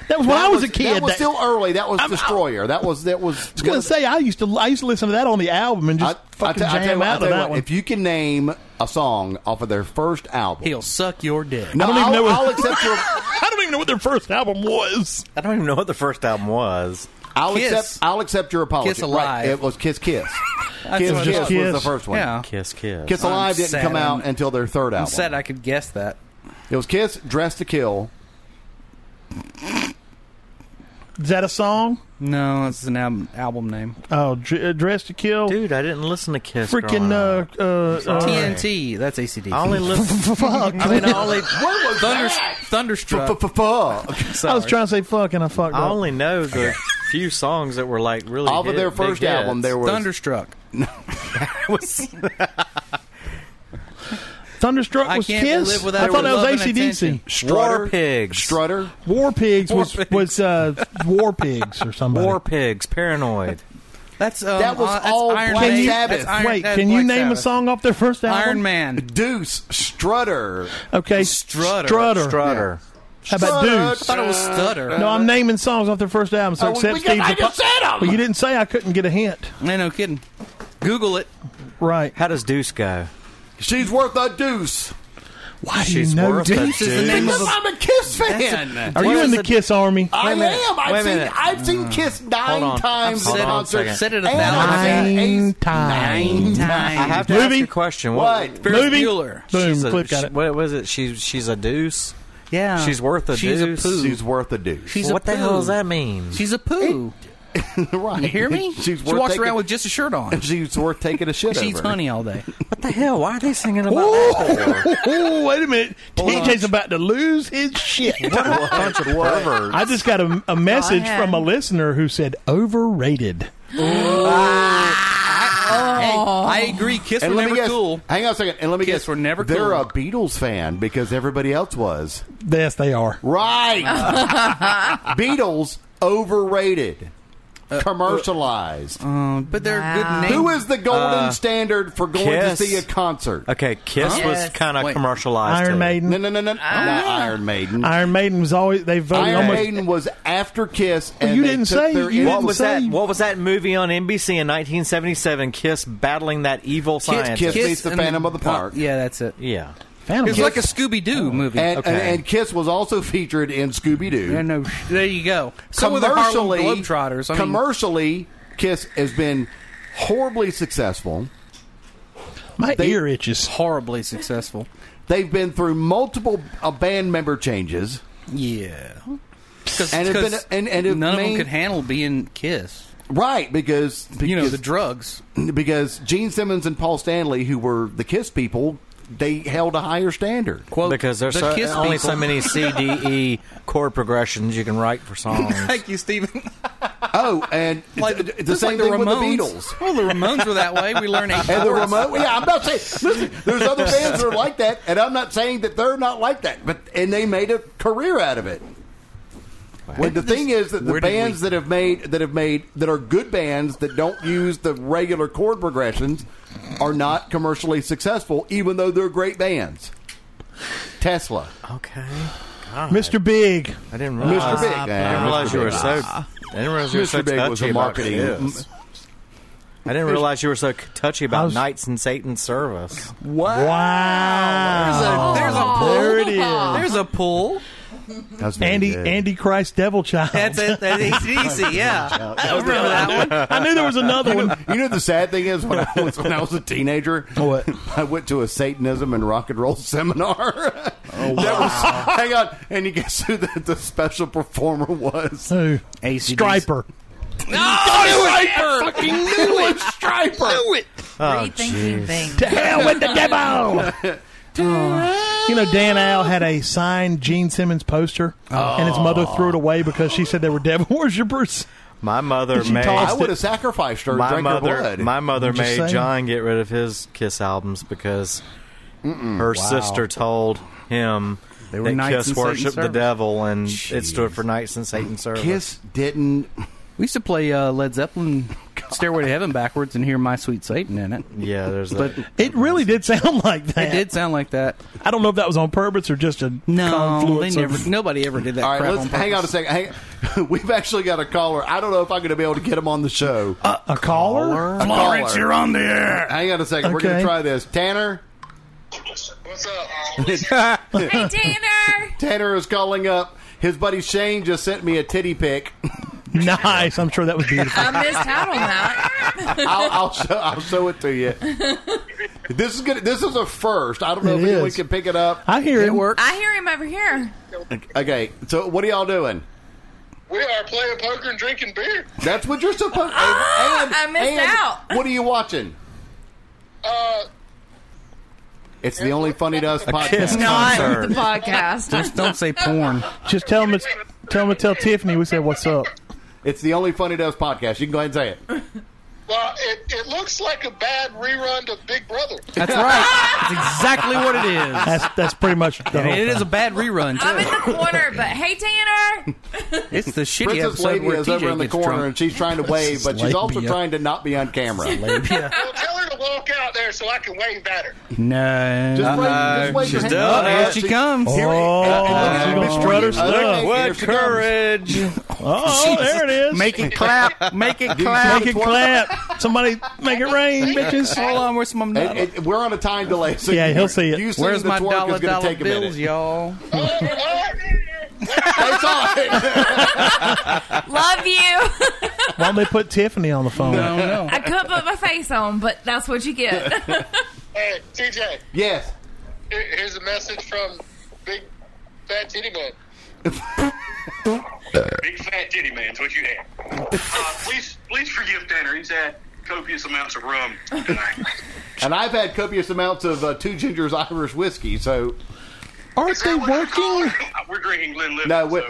Speaker 3: That, was when I was a kid.
Speaker 2: That was
Speaker 3: That-
Speaker 2: still early. That was Destroyer. That was that was.
Speaker 3: I was gonna say I used to I used to listen to that on the album and
Speaker 2: I,
Speaker 3: just fucking
Speaker 2: I tell- I tell you
Speaker 3: jam
Speaker 2: what, I
Speaker 3: out to
Speaker 2: tell you
Speaker 3: that
Speaker 2: what,
Speaker 3: one.
Speaker 2: If you can name a song off of their first album,
Speaker 1: He'll suck your dick.
Speaker 2: no,
Speaker 3: I don't even
Speaker 2: will
Speaker 3: know what-
Speaker 2: I'll accept your.
Speaker 3: I don't even know what their first album was.
Speaker 4: I don't even know what the first album was.
Speaker 2: I'll
Speaker 1: Kiss.
Speaker 2: accept. I'll accept your apology.
Speaker 1: Kiss Alive.
Speaker 2: Right. It was Kiss Kiss.
Speaker 1: That's
Speaker 2: Kiss
Speaker 1: what I
Speaker 2: Kiss
Speaker 1: thought.
Speaker 2: was
Speaker 3: Kiss.
Speaker 2: the first one.
Speaker 1: Yeah.
Speaker 4: Kiss, kiss.
Speaker 2: Kiss Alive
Speaker 1: I'm
Speaker 2: didn't
Speaker 1: sad
Speaker 2: come out
Speaker 1: I'm-
Speaker 2: until their third
Speaker 1: I'm
Speaker 2: album.
Speaker 1: sad I could guess that.
Speaker 2: It was Kiss, Dress to Kill.
Speaker 3: Is that a song?
Speaker 1: No, it's an album, album name.
Speaker 3: Oh, Dr- uh, Dress to Kill.
Speaker 4: Dude, I didn't listen to Kiss.
Speaker 3: Freaking
Speaker 4: growing up.
Speaker 3: uh, uh, uh,
Speaker 1: TNT. That's ACDC.
Speaker 4: uh, I only listened.
Speaker 3: fuck.
Speaker 4: I mean, I only.
Speaker 2: Where was
Speaker 1: Thunder,
Speaker 2: F-
Speaker 1: Thunderstruck.
Speaker 2: f- fuck.
Speaker 1: Sorry.
Speaker 3: I was trying to say fuck and I fucked
Speaker 4: I
Speaker 3: up.
Speaker 4: only know the few songs that were like really.
Speaker 2: Off of
Speaker 4: hit-
Speaker 2: their
Speaker 4: big
Speaker 2: first album,
Speaker 4: hits.
Speaker 2: there was
Speaker 1: Thunderstruck.
Speaker 3: Thunderstruck
Speaker 1: I
Speaker 3: was
Speaker 1: can't
Speaker 3: Kiss.
Speaker 1: live without
Speaker 3: I thought
Speaker 1: your
Speaker 3: that was
Speaker 1: love and
Speaker 3: ACDC.
Speaker 1: attention.
Speaker 4: War
Speaker 2: Strutter,
Speaker 4: Pigs.
Speaker 2: Strutter.
Speaker 3: War Pigs
Speaker 1: War
Speaker 3: was
Speaker 1: Pigs.
Speaker 3: was uh, War Pigs or somebody.
Speaker 4: War Pigs. Paranoid.
Speaker 1: That's um,
Speaker 2: That was
Speaker 1: uh, that's
Speaker 2: all
Speaker 1: Iron
Speaker 2: Black
Speaker 1: Maiden.
Speaker 2: Sabbath.
Speaker 1: That's Iron,
Speaker 3: Wait,
Speaker 1: that's
Speaker 3: can you
Speaker 1: Black
Speaker 3: name a
Speaker 1: Sabbath.
Speaker 3: song off their first album?
Speaker 1: Iron Man.
Speaker 2: Deuce, Strutter.
Speaker 3: Okay,
Speaker 1: Strutter.
Speaker 3: Strutter.
Speaker 4: Strutter.
Speaker 3: How about
Speaker 2: Strutter.
Speaker 3: Deuce?
Speaker 1: I thought it was Stutter.
Speaker 3: No, I'm naming songs off their first album. So
Speaker 2: Oh,
Speaker 3: accept
Speaker 2: because
Speaker 3: Steve's.
Speaker 2: I just
Speaker 3: apo-
Speaker 2: said 'em.
Speaker 3: Well, you didn't say I couldn't get a hint.
Speaker 1: No, no kidding. Google it.
Speaker 3: Right.
Speaker 4: How does Deuce go?
Speaker 2: She's worth a deuce.
Speaker 3: Why do you
Speaker 4: She's
Speaker 3: know
Speaker 4: worth a
Speaker 3: Deuce?
Speaker 4: deuce.
Speaker 3: is the name of
Speaker 2: Because
Speaker 3: a-
Speaker 2: I'm a Kiss fan.
Speaker 4: That's a-
Speaker 3: Are
Speaker 4: What
Speaker 3: you in
Speaker 4: is
Speaker 3: the
Speaker 4: it?
Speaker 3: Kiss Army?
Speaker 2: I
Speaker 4: Wait a minute.
Speaker 2: am.
Speaker 4: Wait
Speaker 2: I've
Speaker 4: a
Speaker 2: seen,
Speaker 4: minute.
Speaker 2: I've seen Kiss nine
Speaker 4: Hold on.
Speaker 2: times
Speaker 4: Hold
Speaker 2: in
Speaker 4: on a
Speaker 2: concert.
Speaker 4: second.
Speaker 1: Said it a
Speaker 2: And I've
Speaker 1: thousand
Speaker 2: seen
Speaker 3: Nine
Speaker 2: Ace-
Speaker 3: times.
Speaker 2: Nine
Speaker 4: I
Speaker 2: times.
Speaker 4: have to ask
Speaker 3: Movie?
Speaker 4: you a question.
Speaker 2: What?
Speaker 1: Ferris
Speaker 3: Movie?
Speaker 1: Bueller.
Speaker 3: Boom.
Speaker 4: she's a-
Speaker 3: Cliff got
Speaker 4: she-
Speaker 3: it.
Speaker 4: What was it? She's she's a deuce.
Speaker 1: Yeah.
Speaker 4: She's worth a
Speaker 1: She's
Speaker 4: deuce.
Speaker 1: A poo.
Speaker 2: She's worth a deuce.
Speaker 1: She's
Speaker 4: what
Speaker 1: a
Speaker 4: the
Speaker 1: poo.
Speaker 4: hell does that mean?
Speaker 1: She's a poo.
Speaker 2: right.
Speaker 1: You hear me?
Speaker 2: She's
Speaker 1: she
Speaker 2: worth
Speaker 1: walks
Speaker 2: taking,
Speaker 1: around with just a shirt on.
Speaker 2: She's worth taking a shit
Speaker 1: She eats
Speaker 2: over.
Speaker 1: honey all day.
Speaker 4: what the hell? Why are they singing about that?
Speaker 3: Oh, wait a minute. TJ's about to lose his shit.
Speaker 4: What a bunch of perverts.
Speaker 3: I just got a, a message
Speaker 6: ahead.
Speaker 3: from a listener who said overrated.
Speaker 1: Hey, I agree. Kiss
Speaker 2: And
Speaker 1: were
Speaker 2: let me
Speaker 1: never
Speaker 2: guess.
Speaker 1: cool.
Speaker 2: Hang on a second. And let me
Speaker 1: Kiss
Speaker 2: guess.
Speaker 1: were never
Speaker 2: They're
Speaker 1: cool.
Speaker 2: a Beatles fan because everybody else was.
Speaker 3: Yes, they are.
Speaker 2: Right. Beatles overrated. Commercialized.
Speaker 1: But they're
Speaker 6: Wow.
Speaker 1: good names.
Speaker 2: Who is the golden standard for going
Speaker 4: Kiss.
Speaker 2: to see a concert?
Speaker 4: Okay, Kiss
Speaker 1: Huh?
Speaker 4: was
Speaker 6: Yes.
Speaker 4: kind of
Speaker 1: Wait.
Speaker 4: commercialized.
Speaker 3: Iron
Speaker 4: too.
Speaker 3: Maiden.
Speaker 2: No, no, no, no. not Iron Maiden.
Speaker 3: Iron Maiden was always they voted
Speaker 2: Iron
Speaker 3: almost.
Speaker 2: Maiden was after Kiss, and
Speaker 3: you
Speaker 2: they
Speaker 3: didn't
Speaker 2: took
Speaker 3: say-
Speaker 2: their
Speaker 3: you
Speaker 2: influence-
Speaker 4: What was that?
Speaker 3: say-
Speaker 4: What was that movie on NBC in 1977? Kiss battling that evil scientist.
Speaker 2: Kiss- meets the
Speaker 1: and
Speaker 2: Phantom of the Park. Oh.
Speaker 1: yeah, that's it.
Speaker 4: Yeah.
Speaker 3: Phantom
Speaker 1: It's like a Scooby Doo movie.
Speaker 2: And,
Speaker 4: Okay.
Speaker 2: and, and Kiss was also featured in Scooby
Speaker 1: Yeah,
Speaker 2: Doo.
Speaker 1: no, there you go. So were the Harlem Globetrotters. I mean,
Speaker 2: commercially, Kiss has been horribly successful.
Speaker 3: my
Speaker 2: they-
Speaker 3: ear itches.
Speaker 1: horribly successful.
Speaker 2: They've been through multiple uh, band member changes.
Speaker 1: Yeah. Cause,
Speaker 2: And it's
Speaker 1: 'cause
Speaker 2: been- and- and it
Speaker 1: none of
Speaker 2: made-
Speaker 1: them could handle being Kiss.
Speaker 2: Right, because, because
Speaker 1: You know, the drugs.
Speaker 2: because Gene Simmons and Paul Stanley, who were the Kiss people, they held a higher standard.
Speaker 1: Quote,
Speaker 4: Because there's
Speaker 1: the
Speaker 4: so,
Speaker 1: Kiss
Speaker 4: only
Speaker 1: people.
Speaker 4: so many C D E chord progressions you can write for songs.
Speaker 1: Thank you, Stephen.
Speaker 2: Oh, and
Speaker 1: Like,
Speaker 2: th- th- the
Speaker 1: just
Speaker 2: same
Speaker 1: like the
Speaker 2: thing with the
Speaker 1: Ramones.
Speaker 2: Beatles.
Speaker 1: Well, the Ramones were that way. We learned eight
Speaker 2: And the
Speaker 1: chords.
Speaker 2: remote, yeah, I'm not saying. Listen, there's other bands that are like that, and I'm not saying that they're not like that. But and they made a career out of it. And the thing is that the
Speaker 1: where did we-
Speaker 2: bands that have made that have made that are good bands that don't use the regular chord progressions are not commercially successful, even though they're great bands. Tesla,
Speaker 4: Okay.
Speaker 3: Mr. Big.
Speaker 4: I didn't
Speaker 2: Mr.
Speaker 4: realize.
Speaker 2: Big,
Speaker 4: I
Speaker 2: yeah,
Speaker 4: didn't realize
Speaker 2: Mr.
Speaker 4: you were
Speaker 2: Big.
Speaker 4: so. I didn't realize you were so
Speaker 2: Mr. Big
Speaker 4: touchy
Speaker 2: was a
Speaker 4: about
Speaker 2: marketing-
Speaker 4: Kiss. I didn't realize you were so touchy about
Speaker 3: I was-
Speaker 4: knights in Satan's service.
Speaker 3: Wow.
Speaker 1: There's a pull.
Speaker 3: There it is.
Speaker 1: There's a pull.
Speaker 2: That's very
Speaker 3: Andy
Speaker 2: good.
Speaker 3: Andy Christ Devil Child.
Speaker 1: That's it. That's easy. Yeah. I don't remember that one.
Speaker 3: I knew there was another one.
Speaker 2: You know the sad thing is when I was when I was a teenager,
Speaker 3: What?
Speaker 2: I went to a Satanism and rock and roll seminar. Oh wow! hang on, and you guess who the, the special performer was?
Speaker 3: Who?
Speaker 1: ACDC.
Speaker 3: Striper.
Speaker 1: Oh, Striper.
Speaker 2: Fucking knew it, Striper.
Speaker 6: Rethinking things.
Speaker 3: To hell with the devil. Oh. You know, Dan Al had a signed Gene Simmons poster, and his mother threw it away because she said they were devil worshippers.
Speaker 4: My mother
Speaker 3: She
Speaker 4: made.
Speaker 3: tossed
Speaker 2: I would have sacrificed her,
Speaker 4: my
Speaker 2: drank her
Speaker 4: mother,
Speaker 2: blood.
Speaker 4: my mother
Speaker 3: I'm just
Speaker 4: made
Speaker 3: saying.
Speaker 4: John get rid of his Kiss albums because her sister told him
Speaker 1: They were
Speaker 4: that
Speaker 1: knights in
Speaker 4: Kiss
Speaker 1: Satan's
Speaker 4: worshipped the
Speaker 1: service.
Speaker 4: devil, and it stood for Knights and Satan Service.
Speaker 2: Kiss didn't.
Speaker 1: We used to play uh, Led Zeppelin "Stairway to Heaven" backwards and hear "My Sweet Satan" in it.
Speaker 4: Yeah, there's a,
Speaker 1: But
Speaker 3: It really did sound like that.
Speaker 1: it did sound like that.
Speaker 3: I don't know if that was on purpose or just a
Speaker 1: No, they
Speaker 3: confluence.
Speaker 1: never.
Speaker 3: Of,
Speaker 1: Nobody ever did that.
Speaker 2: All right,
Speaker 1: crap
Speaker 2: let's
Speaker 1: on
Speaker 2: hang on a
Speaker 1: purpose.
Speaker 2: second. Hang, we've actually got a caller. I don't know if I'm going to be able to get him on the show.
Speaker 3: a caller?
Speaker 2: A
Speaker 5: Lawrence,
Speaker 2: caller.
Speaker 5: you're on the air.
Speaker 2: Hang on a second. We're going to
Speaker 3: Okay.
Speaker 2: try this. Tanner,
Speaker 8: What's up?
Speaker 6: Hey, Tanner.
Speaker 2: Tanner is calling up. His buddy Shane just sent me a titty pic.
Speaker 3: Nice. I'm sure that was beautiful.
Speaker 6: I missed out on that.
Speaker 2: I'll, I'll, show, I'll show it to you. This is good. This is a first. I don't know
Speaker 3: It
Speaker 2: if anyone
Speaker 3: is.
Speaker 2: can pick it up.
Speaker 3: I hear it.
Speaker 1: worked.
Speaker 6: I hear him over here.
Speaker 2: Okay, so what are y'all doing?
Speaker 8: We are playing poker and drinking beer.
Speaker 2: That's what you're supposed. to
Speaker 6: Ah, I missed out.
Speaker 2: What are you watching?
Speaker 8: Uh,
Speaker 2: It's the only funny to us
Speaker 4: Kiss
Speaker 2: podcast.
Speaker 6: Not
Speaker 4: concert.
Speaker 6: the podcast.
Speaker 1: Just don't say porn.
Speaker 3: Just tell him, it's, tell him to tell Tiffany we said what's up.
Speaker 2: It's the only funny to us podcast. You can go ahead and say it.
Speaker 8: well, it, it looks like a bad rerun to Big Brother.
Speaker 1: That's right. That's exactly what it is.
Speaker 3: That's that's pretty much the whole
Speaker 1: It
Speaker 3: thing.
Speaker 1: is a bad rerun.
Speaker 6: I'm in
Speaker 1: Too.
Speaker 6: the corner, but hey, Tanner.
Speaker 1: It's the shitty
Speaker 2: Princess
Speaker 1: episode
Speaker 2: Lady
Speaker 1: where
Speaker 2: is
Speaker 1: TJ
Speaker 2: over in the
Speaker 1: gets
Speaker 2: corner
Speaker 1: drunk.
Speaker 2: and she's trying to wave, but she's also
Speaker 3: Labia.
Speaker 2: trying to not be on camera.
Speaker 8: Well, tell her to walk out there so I can wave at her.
Speaker 1: No.
Speaker 2: Just wait.
Speaker 4: Uh-oh.
Speaker 2: Just wait.
Speaker 4: She's
Speaker 2: for- Uh,
Speaker 4: done.
Speaker 1: Here she comes.
Speaker 2: Here we- uh,
Speaker 3: Oh,
Speaker 2: and- and-
Speaker 3: she's gonna
Speaker 2: before
Speaker 3: strut
Speaker 2: you-
Speaker 3: her stuff.
Speaker 2: okay, here
Speaker 4: What
Speaker 2: she comes.
Speaker 4: courage!
Speaker 3: Oh, there it is.
Speaker 1: Make it clap. Make it clap.
Speaker 3: Make it clap. Somebody make it rain, bitches.
Speaker 1: Hold on, where's my
Speaker 2: It- it- we're on a time delay, so
Speaker 3: Yeah,
Speaker 2: you-
Speaker 3: he'll see it.
Speaker 2: You seeing
Speaker 1: Where's
Speaker 2: the
Speaker 1: my
Speaker 2: twerk
Speaker 1: dollar
Speaker 2: is going to
Speaker 1: dollar
Speaker 2: take a
Speaker 1: bills,
Speaker 2: minute.
Speaker 1: y'all?
Speaker 8: Oh, oh.
Speaker 2: That's all.
Speaker 6: Love you.
Speaker 3: Why don't they put Tiffany on the phone?
Speaker 1: I don't know.
Speaker 6: I could put my face on, but that's what you get.
Speaker 8: hey, TJ,
Speaker 2: yes.
Speaker 8: here- here's a message from Big Fat Titty Man.
Speaker 9: Big fat titty man's what you had. Uh, please, please forgive Tanner. He's had copious amounts of rum tonight.
Speaker 2: And I've had copious amounts of uh, two gingers Irish whiskey, so
Speaker 9: Is that what you call it? We're drinking Glen
Speaker 2: no, we,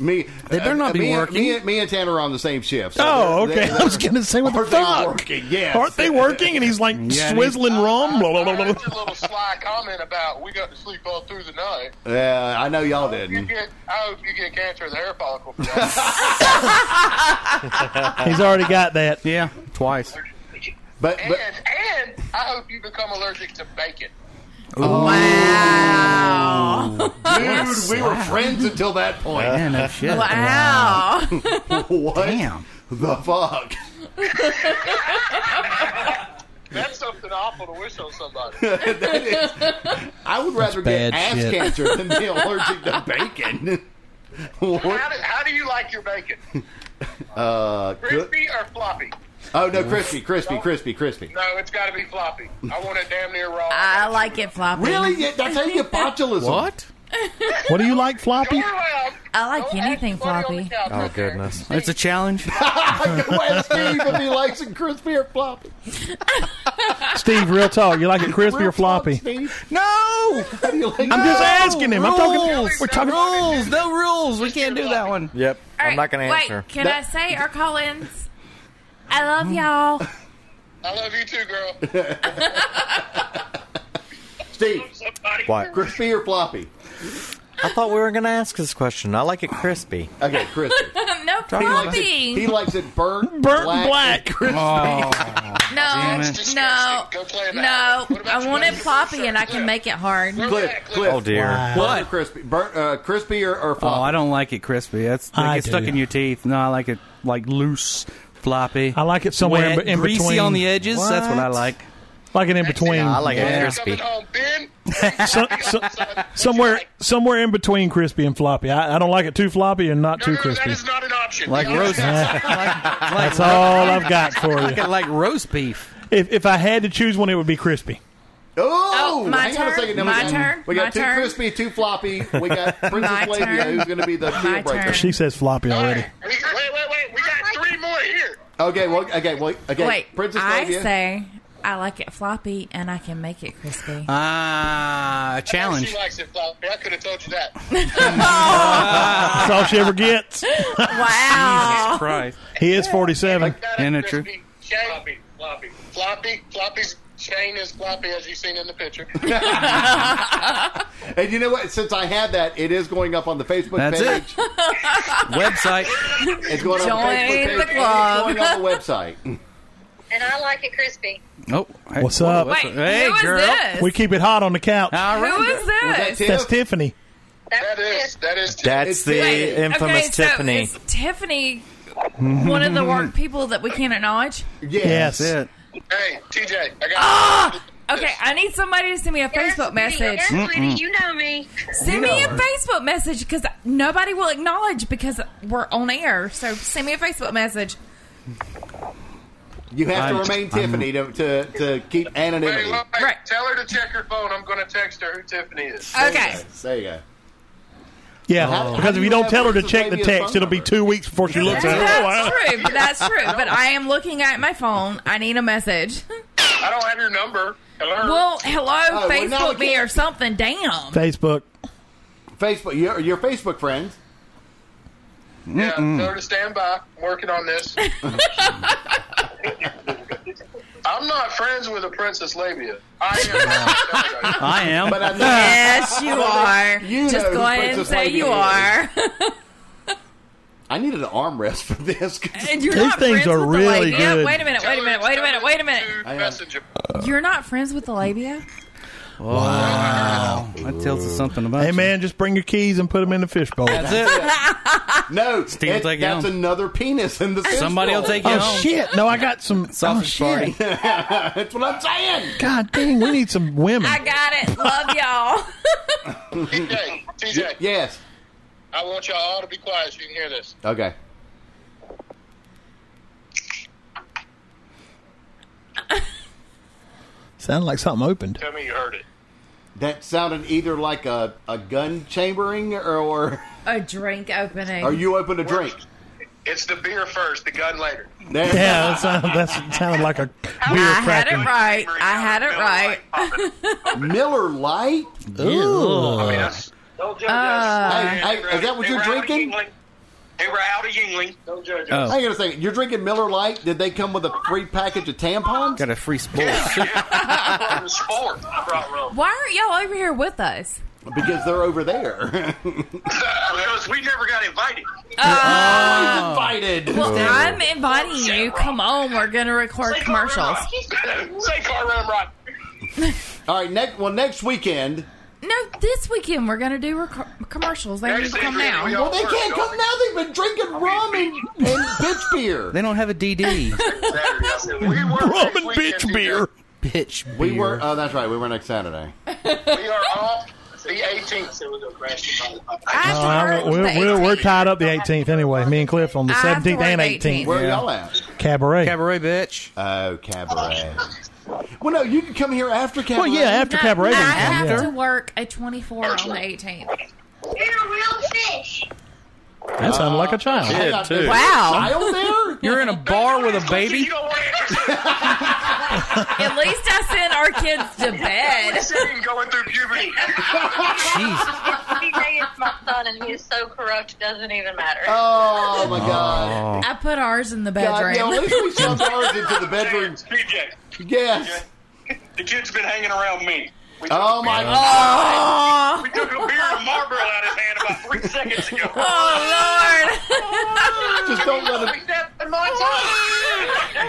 Speaker 2: me. They
Speaker 1: better not be
Speaker 2: me, and-
Speaker 1: working.
Speaker 2: Me, and- me and Tanner are on the same shift. so
Speaker 3: Oh,
Speaker 2: they're-
Speaker 3: okay.
Speaker 2: they're-
Speaker 3: I was going to say, what the
Speaker 2: Aren't they
Speaker 3: fuck?
Speaker 2: working? Yes.
Speaker 3: Aren't they working? And he's like
Speaker 1: Yeah,
Speaker 3: swizzling rum. Blah, blah,
Speaker 8: I
Speaker 3: blah, blah.
Speaker 8: heard your little sly comment about we got to sleep all through the night.
Speaker 2: Yeah, I know y'all
Speaker 8: You
Speaker 2: didn't.
Speaker 8: get, I hope you get cancer of the hair follicle. For that.
Speaker 3: He's already got that.
Speaker 1: Yeah, twice.
Speaker 2: But,
Speaker 8: and
Speaker 2: but
Speaker 8: and I hope you become allergic to bacon.
Speaker 6: Wow.
Speaker 2: dude, we were friends until that point.
Speaker 1: Yeah, no shit.
Speaker 6: Wow.
Speaker 2: what
Speaker 1: Damn.
Speaker 2: the fuck?
Speaker 8: That's something awful to wish on somebody.
Speaker 2: That is, I would rather get
Speaker 1: bad
Speaker 2: ass
Speaker 1: shit.
Speaker 2: cancer than be allergic to bacon.
Speaker 8: How
Speaker 2: What?
Speaker 8: do, how do you like your bacon?
Speaker 2: Uh, good-
Speaker 8: Crispy or floppy?
Speaker 2: oh no, crispy, crispy, crispy, crispy.
Speaker 8: No, it's got to be floppy. I want it damn near raw.
Speaker 6: I like it floppy.
Speaker 2: Really? Yeah, That's how you get botulism.
Speaker 1: What?
Speaker 3: What do you like,
Speaker 8: Go
Speaker 3: Floppy?
Speaker 8: around.
Speaker 6: I like
Speaker 8: Don't
Speaker 6: anything
Speaker 8: act funny on the
Speaker 6: floppy.
Speaker 8: couch
Speaker 4: Oh
Speaker 8: up there.
Speaker 4: goodness!
Speaker 1: It's a challenge.
Speaker 2: I go ask Steve if he likes it crispy or floppy.
Speaker 3: Steve, real talk. You like it crispy or
Speaker 2: Real talk,
Speaker 3: floppy?
Speaker 2: Steve.
Speaker 1: No.
Speaker 2: How do you like
Speaker 3: I'm just asking him. I'm talking.
Speaker 1: Rules.
Speaker 3: We're talking.
Speaker 1: rules. No rules. We can't do that one.
Speaker 4: Yep,
Speaker 6: All
Speaker 4: I'm not going to
Speaker 6: wait,
Speaker 4: answer.
Speaker 6: Can I say our call-ins? I love y'all.
Speaker 8: I love you too, girl.
Speaker 2: Steve,
Speaker 9: Somebody.
Speaker 4: What?
Speaker 2: crispy or floppy?
Speaker 4: I thought we were going to ask this question. I like it crispy.
Speaker 2: Okay, crispy.
Speaker 6: no
Speaker 2: He likes it, he
Speaker 6: floppy.
Speaker 2: likes it burnt,
Speaker 3: Burnt
Speaker 2: black,
Speaker 3: black.
Speaker 2: and crispy.
Speaker 6: No,
Speaker 1: it.
Speaker 8: Disgusting.
Speaker 6: no,
Speaker 8: Go play in the
Speaker 6: no.
Speaker 8: attic. What about
Speaker 6: I
Speaker 8: you,
Speaker 6: want it
Speaker 8: buddy?
Speaker 6: floppy, and I can make it hard.
Speaker 2: Cliff, Cliff.
Speaker 4: Oh dear!
Speaker 2: Burnt or crispy? Burnt, uh, crispy or, or
Speaker 1: Oh,
Speaker 2: floppy?
Speaker 1: I don't like it crispy. That's
Speaker 3: I
Speaker 1: it gets stuck
Speaker 3: do.
Speaker 1: in your teeth. No, I like it like loose, floppy.
Speaker 3: I like it somewhere in
Speaker 1: wet,
Speaker 3: be- in
Speaker 1: greasy
Speaker 3: between.
Speaker 1: on the edges. That's what I like.
Speaker 3: Like an in between.
Speaker 4: I like it
Speaker 8: Yeah.
Speaker 4: crispy.
Speaker 8: Coming home, Ben.
Speaker 3: So- so- somewhere, somewhere in between crispy and floppy. I, I don't like it too floppy and not
Speaker 8: No,
Speaker 3: too
Speaker 8: no, that
Speaker 3: crispy.
Speaker 8: is not an option.
Speaker 1: Like
Speaker 8: Yeah.
Speaker 1: roast. like,
Speaker 3: That's all I've got for you.
Speaker 1: like, like roast beef.
Speaker 3: If, if I had to choose one, it would be crispy.
Speaker 2: Oh,
Speaker 6: Oh,
Speaker 2: hang
Speaker 6: my
Speaker 2: on a
Speaker 6: turn,
Speaker 2: second. Now
Speaker 6: my
Speaker 2: we got,
Speaker 6: turn,
Speaker 2: We got
Speaker 6: my
Speaker 2: two
Speaker 6: turn.
Speaker 2: crispy, two floppy. We got Princess
Speaker 6: My
Speaker 2: Flavia,
Speaker 6: turn.
Speaker 2: who's going to be the
Speaker 6: My
Speaker 2: deal breaker.
Speaker 6: turn.
Speaker 3: She says floppy
Speaker 8: All
Speaker 3: already.
Speaker 8: right. We, wait, wait, wait. We got three more here.
Speaker 2: Okay, well, okay, well, okay.
Speaker 6: Wait,
Speaker 2: Princess
Speaker 6: I
Speaker 2: Flavia.
Speaker 6: say I like it floppy, and I can make it crispy.
Speaker 1: Uh, Ah, a challenge.
Speaker 8: She likes it floppy. I could have told you that.
Speaker 3: That's all she ever gets.
Speaker 6: wow.
Speaker 1: Christ.
Speaker 3: He is 47.
Speaker 1: Isn't it
Speaker 8: Crispy Chain. Floppy, floppy. Floppy, floppy's chain is floppy as you've seen in the picture.
Speaker 2: and you know what? Since I had that, it is going up on the Facebook
Speaker 1: That's it.
Speaker 2: page.
Speaker 1: Website.
Speaker 2: It's going on
Speaker 6: Join
Speaker 2: the Facebook page.
Speaker 6: the club.
Speaker 2: And it's going on the website.
Speaker 10: And I like it crispy.
Speaker 1: Oh, hey,
Speaker 3: What's
Speaker 1: whoa,
Speaker 3: up?
Speaker 1: what's
Speaker 6: Wait,
Speaker 1: Hey,
Speaker 6: who is
Speaker 1: girl.
Speaker 6: this?
Speaker 3: We keep it hot on the couch.
Speaker 1: All
Speaker 6: who
Speaker 1: right.
Speaker 6: is
Speaker 2: That
Speaker 6: this?
Speaker 2: Tiff?
Speaker 3: That's Tiffany.
Speaker 10: That's
Speaker 8: That is, that is.
Speaker 4: That's
Speaker 2: It's-
Speaker 4: the
Speaker 2: Wait,
Speaker 4: infamous
Speaker 6: okay, so
Speaker 4: Tiffany.
Speaker 6: is Tiffany, one of the work people that we can't acknowledge.
Speaker 2: Yes.
Speaker 3: Yes.
Speaker 1: That's it.
Speaker 8: hey, TJ, I got
Speaker 3: Ah!
Speaker 6: Okay, I need somebody to send me a
Speaker 10: Yes,
Speaker 6: Facebook
Speaker 10: sweetie.
Speaker 6: message.
Speaker 10: Yes, sweetie, you know me.
Speaker 6: Send me a Facebook message because nobody will acknowledge because we're on air. So send me a Facebook message.
Speaker 2: You have
Speaker 1: I'm-
Speaker 2: to remain Tiffany to, to, to keep
Speaker 8: Hey,
Speaker 2: anonymity.
Speaker 8: look,
Speaker 6: Right.
Speaker 8: Tell her to check her phone. I'm going to text her who Tiffany is.
Speaker 6: Okay.
Speaker 2: There you go.
Speaker 3: Yeah.
Speaker 2: How- how
Speaker 3: because
Speaker 2: do
Speaker 3: if
Speaker 2: you
Speaker 3: you don't
Speaker 2: have
Speaker 3: tell her to
Speaker 2: Princess
Speaker 3: check the
Speaker 2: Flavia's
Speaker 3: text,
Speaker 2: phone
Speaker 3: it'll be
Speaker 2: number?
Speaker 3: two weeks before she looks at it. Oh,
Speaker 6: That's
Speaker 3: wow.
Speaker 6: true. but That's true. But I am looking at my phone. I need a message.
Speaker 8: I don't have your number. Hello.
Speaker 6: Well, hello,
Speaker 2: Oh, well, now we
Speaker 6: Facebook me
Speaker 2: can't-
Speaker 6: or something. Damn.
Speaker 3: Facebook.
Speaker 2: Facebook, your, your Facebook friends.
Speaker 8: yeah, tell her to stand by. I'm working on this. I'm not friends with a Princess Labia. I am.
Speaker 1: I am.
Speaker 2: But I know,
Speaker 6: Yes, you are.
Speaker 2: You know
Speaker 6: Just
Speaker 2: who
Speaker 6: go ahead and
Speaker 2: Princess
Speaker 6: say
Speaker 2: Lady
Speaker 6: you
Speaker 2: is.
Speaker 6: are.
Speaker 2: I needed an armrest for this. 'cause
Speaker 6: and you're
Speaker 3: These
Speaker 6: not
Speaker 3: things
Speaker 6: friends
Speaker 3: are
Speaker 6: with the
Speaker 3: really
Speaker 6: lady. Yeah,
Speaker 3: good.
Speaker 6: Wait a minute. Wait a minute. Wait a minute. Wait a minute.
Speaker 2: on.
Speaker 8: Messenger.
Speaker 6: You're not friends with the labia?
Speaker 1: Wow. That tells us something about Oh,
Speaker 3: Hey, man, just bring your keys and put them in the fishbowl.
Speaker 1: That's it.
Speaker 2: No,
Speaker 1: Steve will
Speaker 2: it-
Speaker 1: take you
Speaker 2: that's
Speaker 1: home.
Speaker 2: another penis in the.
Speaker 1: Somebody will take you
Speaker 3: Oh,
Speaker 1: home.
Speaker 3: shit. No, I got some. oh,
Speaker 1: Sausage
Speaker 3: shit.
Speaker 1: party.
Speaker 2: That's what I'm saying.
Speaker 3: God dang, we need some women.
Speaker 6: I got it. Love y'all.
Speaker 8: TJ, TJ,
Speaker 2: Yes.
Speaker 8: I want y'all all to be quiet so you can hear this.
Speaker 2: Okay.
Speaker 3: Sounded like something opened.
Speaker 8: Tell me you heard it.
Speaker 2: That sounded either like a, a gun chambering or
Speaker 6: A drink opening.
Speaker 2: or you open a drink.
Speaker 8: It's the beer first, the gun later.
Speaker 2: There-
Speaker 3: Yeah, that sounded, that sounded like a beer
Speaker 6: I had it
Speaker 3: cracking.
Speaker 6: right. I had it right.
Speaker 2: Miller Light.
Speaker 3: Ooh.
Speaker 8: Yes. Don't judge
Speaker 6: us.
Speaker 2: Uh, Hey, hey, is that what you're drinking?
Speaker 8: They were out of Yingling. Don't judge
Speaker 1: Oh,
Speaker 8: us.
Speaker 2: Hang on a second. You're drinking Miller Light. Did they come with a free package of tampons?
Speaker 1: got a free sport.
Speaker 8: I brought the sport. I brought rum.
Speaker 6: Why aren't y'all over here with us?
Speaker 2: Because they're over there.
Speaker 8: because we never got invited.
Speaker 2: Invited.
Speaker 6: Well, I'm inviting you. Come on, we're gonna record commercials.
Speaker 8: Say car ramrod.
Speaker 2: All right. Next. Well, next weekend.
Speaker 6: No, this weekend we're gonna do rec- commercials. They need to come
Speaker 8: We
Speaker 6: now.
Speaker 2: Well,
Speaker 8: all
Speaker 2: they
Speaker 8: work,
Speaker 2: can't
Speaker 8: y'all.
Speaker 2: come now. They've been drinking rum and, and bitch beer.
Speaker 1: They don't have a DD.
Speaker 8: Saturday. I said, We were
Speaker 3: Rum and
Speaker 8: next weekend,
Speaker 3: bitch
Speaker 8: TJ.
Speaker 3: beer.
Speaker 1: Pitch beer.
Speaker 2: We were. Oh, that's right. We were next Saturday.
Speaker 8: We are off the 18th.
Speaker 6: I have to
Speaker 3: Uh,
Speaker 6: work
Speaker 3: we're,
Speaker 6: the
Speaker 3: we're, we're
Speaker 6: 18th.
Speaker 3: tied up the 18th anyway. Me and Cliff on the
Speaker 6: I have to
Speaker 3: 17th
Speaker 6: work
Speaker 3: and
Speaker 6: the
Speaker 3: 18th.
Speaker 2: Where
Speaker 1: Yeah.
Speaker 2: are y'all at?
Speaker 3: Cabaret.
Speaker 1: Cabaret bitch.
Speaker 2: Oh, cabaret. Well, no, you can come here after cabaret.
Speaker 3: Well, yeah, after Cabaret. we
Speaker 6: I
Speaker 3: can come,
Speaker 6: have
Speaker 3: yeah.
Speaker 6: to work a 24 on the 18th.
Speaker 10: You're a real fish.
Speaker 3: That sounded like a child.
Speaker 2: Hang on,
Speaker 4: too.
Speaker 2: is there a
Speaker 6: Wow.
Speaker 2: Child there?
Speaker 1: You're in a bar with a baby.
Speaker 8: You don't want to
Speaker 6: At least I sent our kids to bed.
Speaker 8: sitting going through puberty.
Speaker 1: Jeez.
Speaker 10: TJ is my son, and he is so corrupt, it doesn't even matter.
Speaker 2: Oh my god.
Speaker 6: I put ours in the
Speaker 2: God, yeah, at
Speaker 6: bedroom.
Speaker 2: least we shoved ours into the bedroom.
Speaker 8: TJ,
Speaker 2: Yes.
Speaker 8: the kid's been hanging around me. We took,
Speaker 2: Oh my
Speaker 6: Oh,
Speaker 8: we took a beer and a Marlboro out of his hand about three seconds ago.
Speaker 6: oh Lord.
Speaker 2: Just don't let him.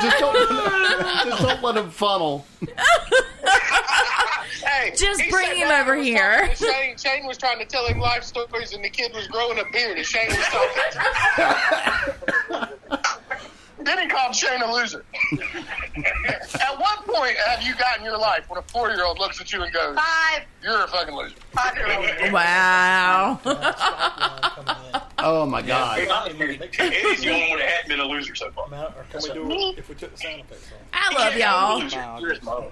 Speaker 2: Just don't. Let him, just don't let him funnel.
Speaker 8: Hey,
Speaker 6: Just
Speaker 8: he
Speaker 6: bring
Speaker 8: said
Speaker 6: him
Speaker 8: that
Speaker 6: over
Speaker 8: was
Speaker 6: here.
Speaker 8: talking to Shane, Shane was trying to tell him life stories, and the kid was growing a beard, and Shane was talking. then he called Shane a loser. at what point have you got in your life when a four-year-old looks at you and goes,
Speaker 10: Five.
Speaker 8: "You're a fucking loser"?
Speaker 6: Wow.
Speaker 2: Oh my god.
Speaker 8: Eddie's the only one that hasn't been a loser so far.
Speaker 6: I love y'all.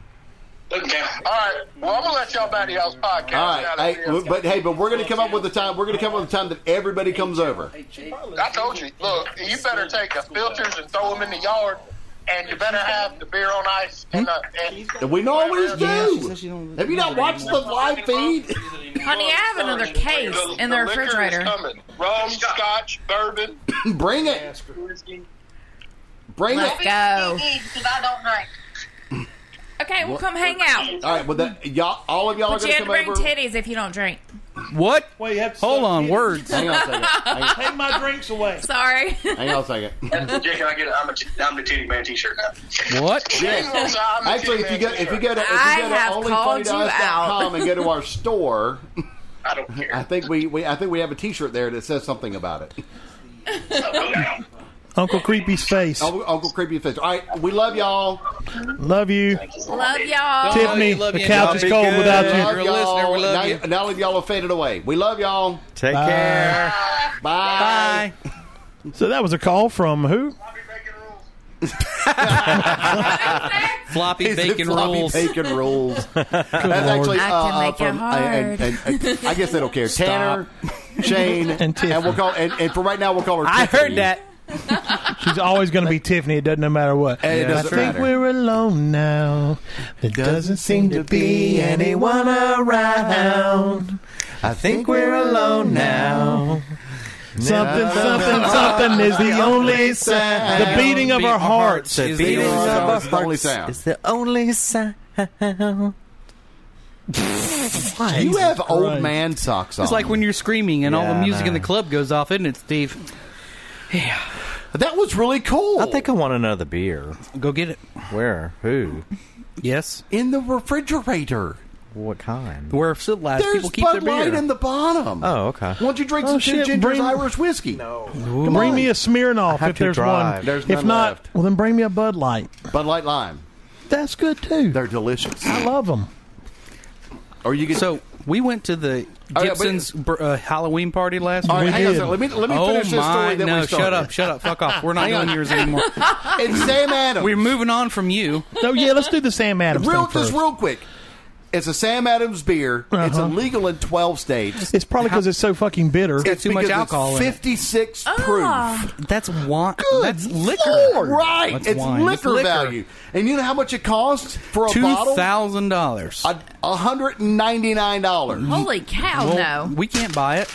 Speaker 8: All right. Well, I'm gonna let y'all back to y'all's podcast.
Speaker 2: All right, hey, w- but hey, but we're gonna come up with a time. We're gonna come up with a time that everybody comes over.
Speaker 8: I told you, look, you better take the filters and throw them in the yard, and you better have the beer on ice. And, uh, and
Speaker 2: We always do.
Speaker 1: Yeah, she said she don't-
Speaker 2: Have you not watched the live feed?
Speaker 6: Honey, I have another case in the
Speaker 8: liquor is
Speaker 6: refrigerator.
Speaker 8: coming. Rum, scotch, bourbon.
Speaker 2: Bring it. Bring it.
Speaker 6: Let's go.
Speaker 10: Because I don't drink.
Speaker 6: Okay, we'll come hang out.
Speaker 2: All right, well, that, y'all, all of y'all
Speaker 6: But
Speaker 2: are gonna
Speaker 6: you have to
Speaker 2: come
Speaker 6: bring
Speaker 2: over.
Speaker 6: titties if you don't drink.
Speaker 1: What?
Speaker 3: Well, you have to
Speaker 1: Hold
Speaker 3: suck
Speaker 1: on.
Speaker 3: it.
Speaker 1: Words.
Speaker 2: Hang on a second. Hang on,
Speaker 3: Take my drinks away.
Speaker 6: Sorry.
Speaker 2: hang on a second.
Speaker 8: Yeah, can I get? I'm a, I'm the titty man T-shirt now.
Speaker 1: What?
Speaker 2: Yes. Actually, if you go if you go to if
Speaker 6: I
Speaker 2: you go
Speaker 6: have
Speaker 2: to
Speaker 6: called you
Speaker 2: onlyfunnydice.com and go to our store,
Speaker 8: I don't care.
Speaker 2: I think we, we I think we have a T-shirt there that says something about it.
Speaker 3: Uncle Creepy's face.
Speaker 2: Uncle, Oh, Uncle Creepy Fist. All right, we love y'all.
Speaker 3: Love you.
Speaker 6: Love y'all.
Speaker 3: Tiffany,
Speaker 1: love
Speaker 3: the
Speaker 1: you.
Speaker 3: couch is
Speaker 4: Be
Speaker 3: cold
Speaker 4: good.
Speaker 3: without
Speaker 2: Love
Speaker 1: You're a
Speaker 2: y'all.
Speaker 1: listener. We love
Speaker 2: now,
Speaker 1: you.
Speaker 2: now that y'all have faded away, we love y'all.
Speaker 4: Take
Speaker 1: Uh,
Speaker 4: care.
Speaker 2: Bye.
Speaker 1: Bye.
Speaker 3: you. So that was a call from who?
Speaker 1: Floppy
Speaker 2: Is it
Speaker 1: bacon
Speaker 2: floppy
Speaker 1: rules.
Speaker 2: Bacon rules. That's
Speaker 3: Lord.
Speaker 2: actually
Speaker 6: I can
Speaker 2: uh, uh,
Speaker 6: make it
Speaker 2: from I- and-
Speaker 6: hard.
Speaker 2: and- and- I guess they don't care. Tanner, Shane,
Speaker 3: And Tiffany.
Speaker 2: we'll call and, and for right now we'll call her.
Speaker 1: I
Speaker 2: Tiffany.
Speaker 1: heard that.
Speaker 3: She's always going to be Tiffany. It doesn't no matter what.
Speaker 2: It
Speaker 3: I
Speaker 2: doesn't
Speaker 3: think
Speaker 2: matter.
Speaker 3: we're alone now. There doesn't seem to be anyone around.
Speaker 4: I think we're alone now.
Speaker 3: Something, something, something is the only sound. The beating of our hearts.
Speaker 1: Is the
Speaker 4: beating
Speaker 1: only
Speaker 4: of
Speaker 1: sound.
Speaker 4: our
Speaker 2: It's the only sound.
Speaker 4: It's the only sound.
Speaker 2: You have old
Speaker 3: Christ.
Speaker 2: man socks on.
Speaker 1: It's like when you're screaming and all
Speaker 4: Yeah,
Speaker 1: the
Speaker 4: I
Speaker 1: music in
Speaker 4: know.
Speaker 1: the club goes off, isn't it, Steve?
Speaker 2: That was really cool.
Speaker 4: I think I want another beer.
Speaker 1: Go get it.
Speaker 4: Where? Who?
Speaker 1: Yes.
Speaker 2: In the refrigerator.
Speaker 4: What kind?
Speaker 1: Where civilized
Speaker 2: There's
Speaker 1: people keep their
Speaker 2: Bud
Speaker 1: beer.
Speaker 2: Light in the bottom.
Speaker 4: Oh, okay.
Speaker 2: Why don't you drink
Speaker 3: Oh,
Speaker 2: some two
Speaker 3: shit,
Speaker 2: gingers
Speaker 3: bring-
Speaker 2: Irish whiskey? No. Come
Speaker 3: bring
Speaker 2: on.
Speaker 3: me a Smirnoff
Speaker 4: have
Speaker 3: if
Speaker 4: to
Speaker 3: there's
Speaker 4: drive.
Speaker 3: one.
Speaker 2: There's
Speaker 3: if
Speaker 2: none
Speaker 3: not,
Speaker 2: left.
Speaker 3: well then bring me a Bud Light.
Speaker 2: Bud Light Lime.
Speaker 3: That's good too.
Speaker 2: They're delicious.
Speaker 3: I love them.
Speaker 2: Or you get
Speaker 1: So we went to the
Speaker 2: but-
Speaker 1: Gibson's br uh, Halloween party last
Speaker 2: All right,
Speaker 1: week.
Speaker 2: hang on a second. Let me let me
Speaker 1: oh
Speaker 2: finish this
Speaker 1: my!
Speaker 2: story. That
Speaker 1: no,
Speaker 2: we started.
Speaker 1: shut up! Shut up! Fuck off! We're not
Speaker 2: Hang
Speaker 1: doing
Speaker 2: on.
Speaker 1: yours anymore.
Speaker 2: And Sam Adams.
Speaker 1: We're moving on from you.
Speaker 3: So yeah, let's do the Sam Adams
Speaker 2: real
Speaker 3: thing first.
Speaker 2: just real quick. It's a Sam Adams beer. It's
Speaker 3: Uh-huh.
Speaker 2: illegal in twelve states.
Speaker 3: It's probably because it's so fucking bitter.
Speaker 1: It's too much
Speaker 2: because
Speaker 1: alcohol
Speaker 2: It's
Speaker 1: in it.
Speaker 2: fifty-six
Speaker 6: Ah.
Speaker 2: proof.
Speaker 1: That's wine. That's liquor.
Speaker 2: Right.
Speaker 1: That's
Speaker 2: it's
Speaker 1: wine. It's
Speaker 2: liquor,
Speaker 1: liquor.
Speaker 2: value. And you know how much it costs for a
Speaker 1: Two
Speaker 2: bottle?
Speaker 1: thousand dollars.
Speaker 2: A- a hundred and ninety-nine dollars.
Speaker 6: Holy cow, no.
Speaker 1: We can't buy it.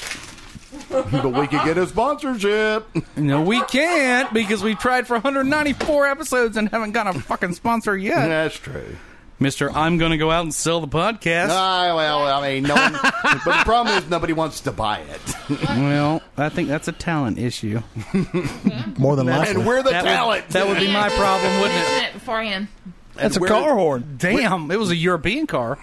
Speaker 2: but we could get a sponsorship.
Speaker 1: No, we can't because we tried for 194 episodes and haven't got a fucking sponsor yet.
Speaker 2: That's true.
Speaker 1: Mister, I'm going to go out and sell the podcast.
Speaker 2: Ah, well, I mean, no one, but the problem is nobody wants to buy it,
Speaker 1: well, I think that's a talent issue.
Speaker 3: More than likely.
Speaker 2: and we're the
Speaker 1: that
Speaker 2: talent.
Speaker 1: Would, that would be my problem, wouldn't it?
Speaker 6: Mention it beforehand.
Speaker 3: That's a
Speaker 2: we're-
Speaker 3: car horn.
Speaker 1: Damn, it was a European car.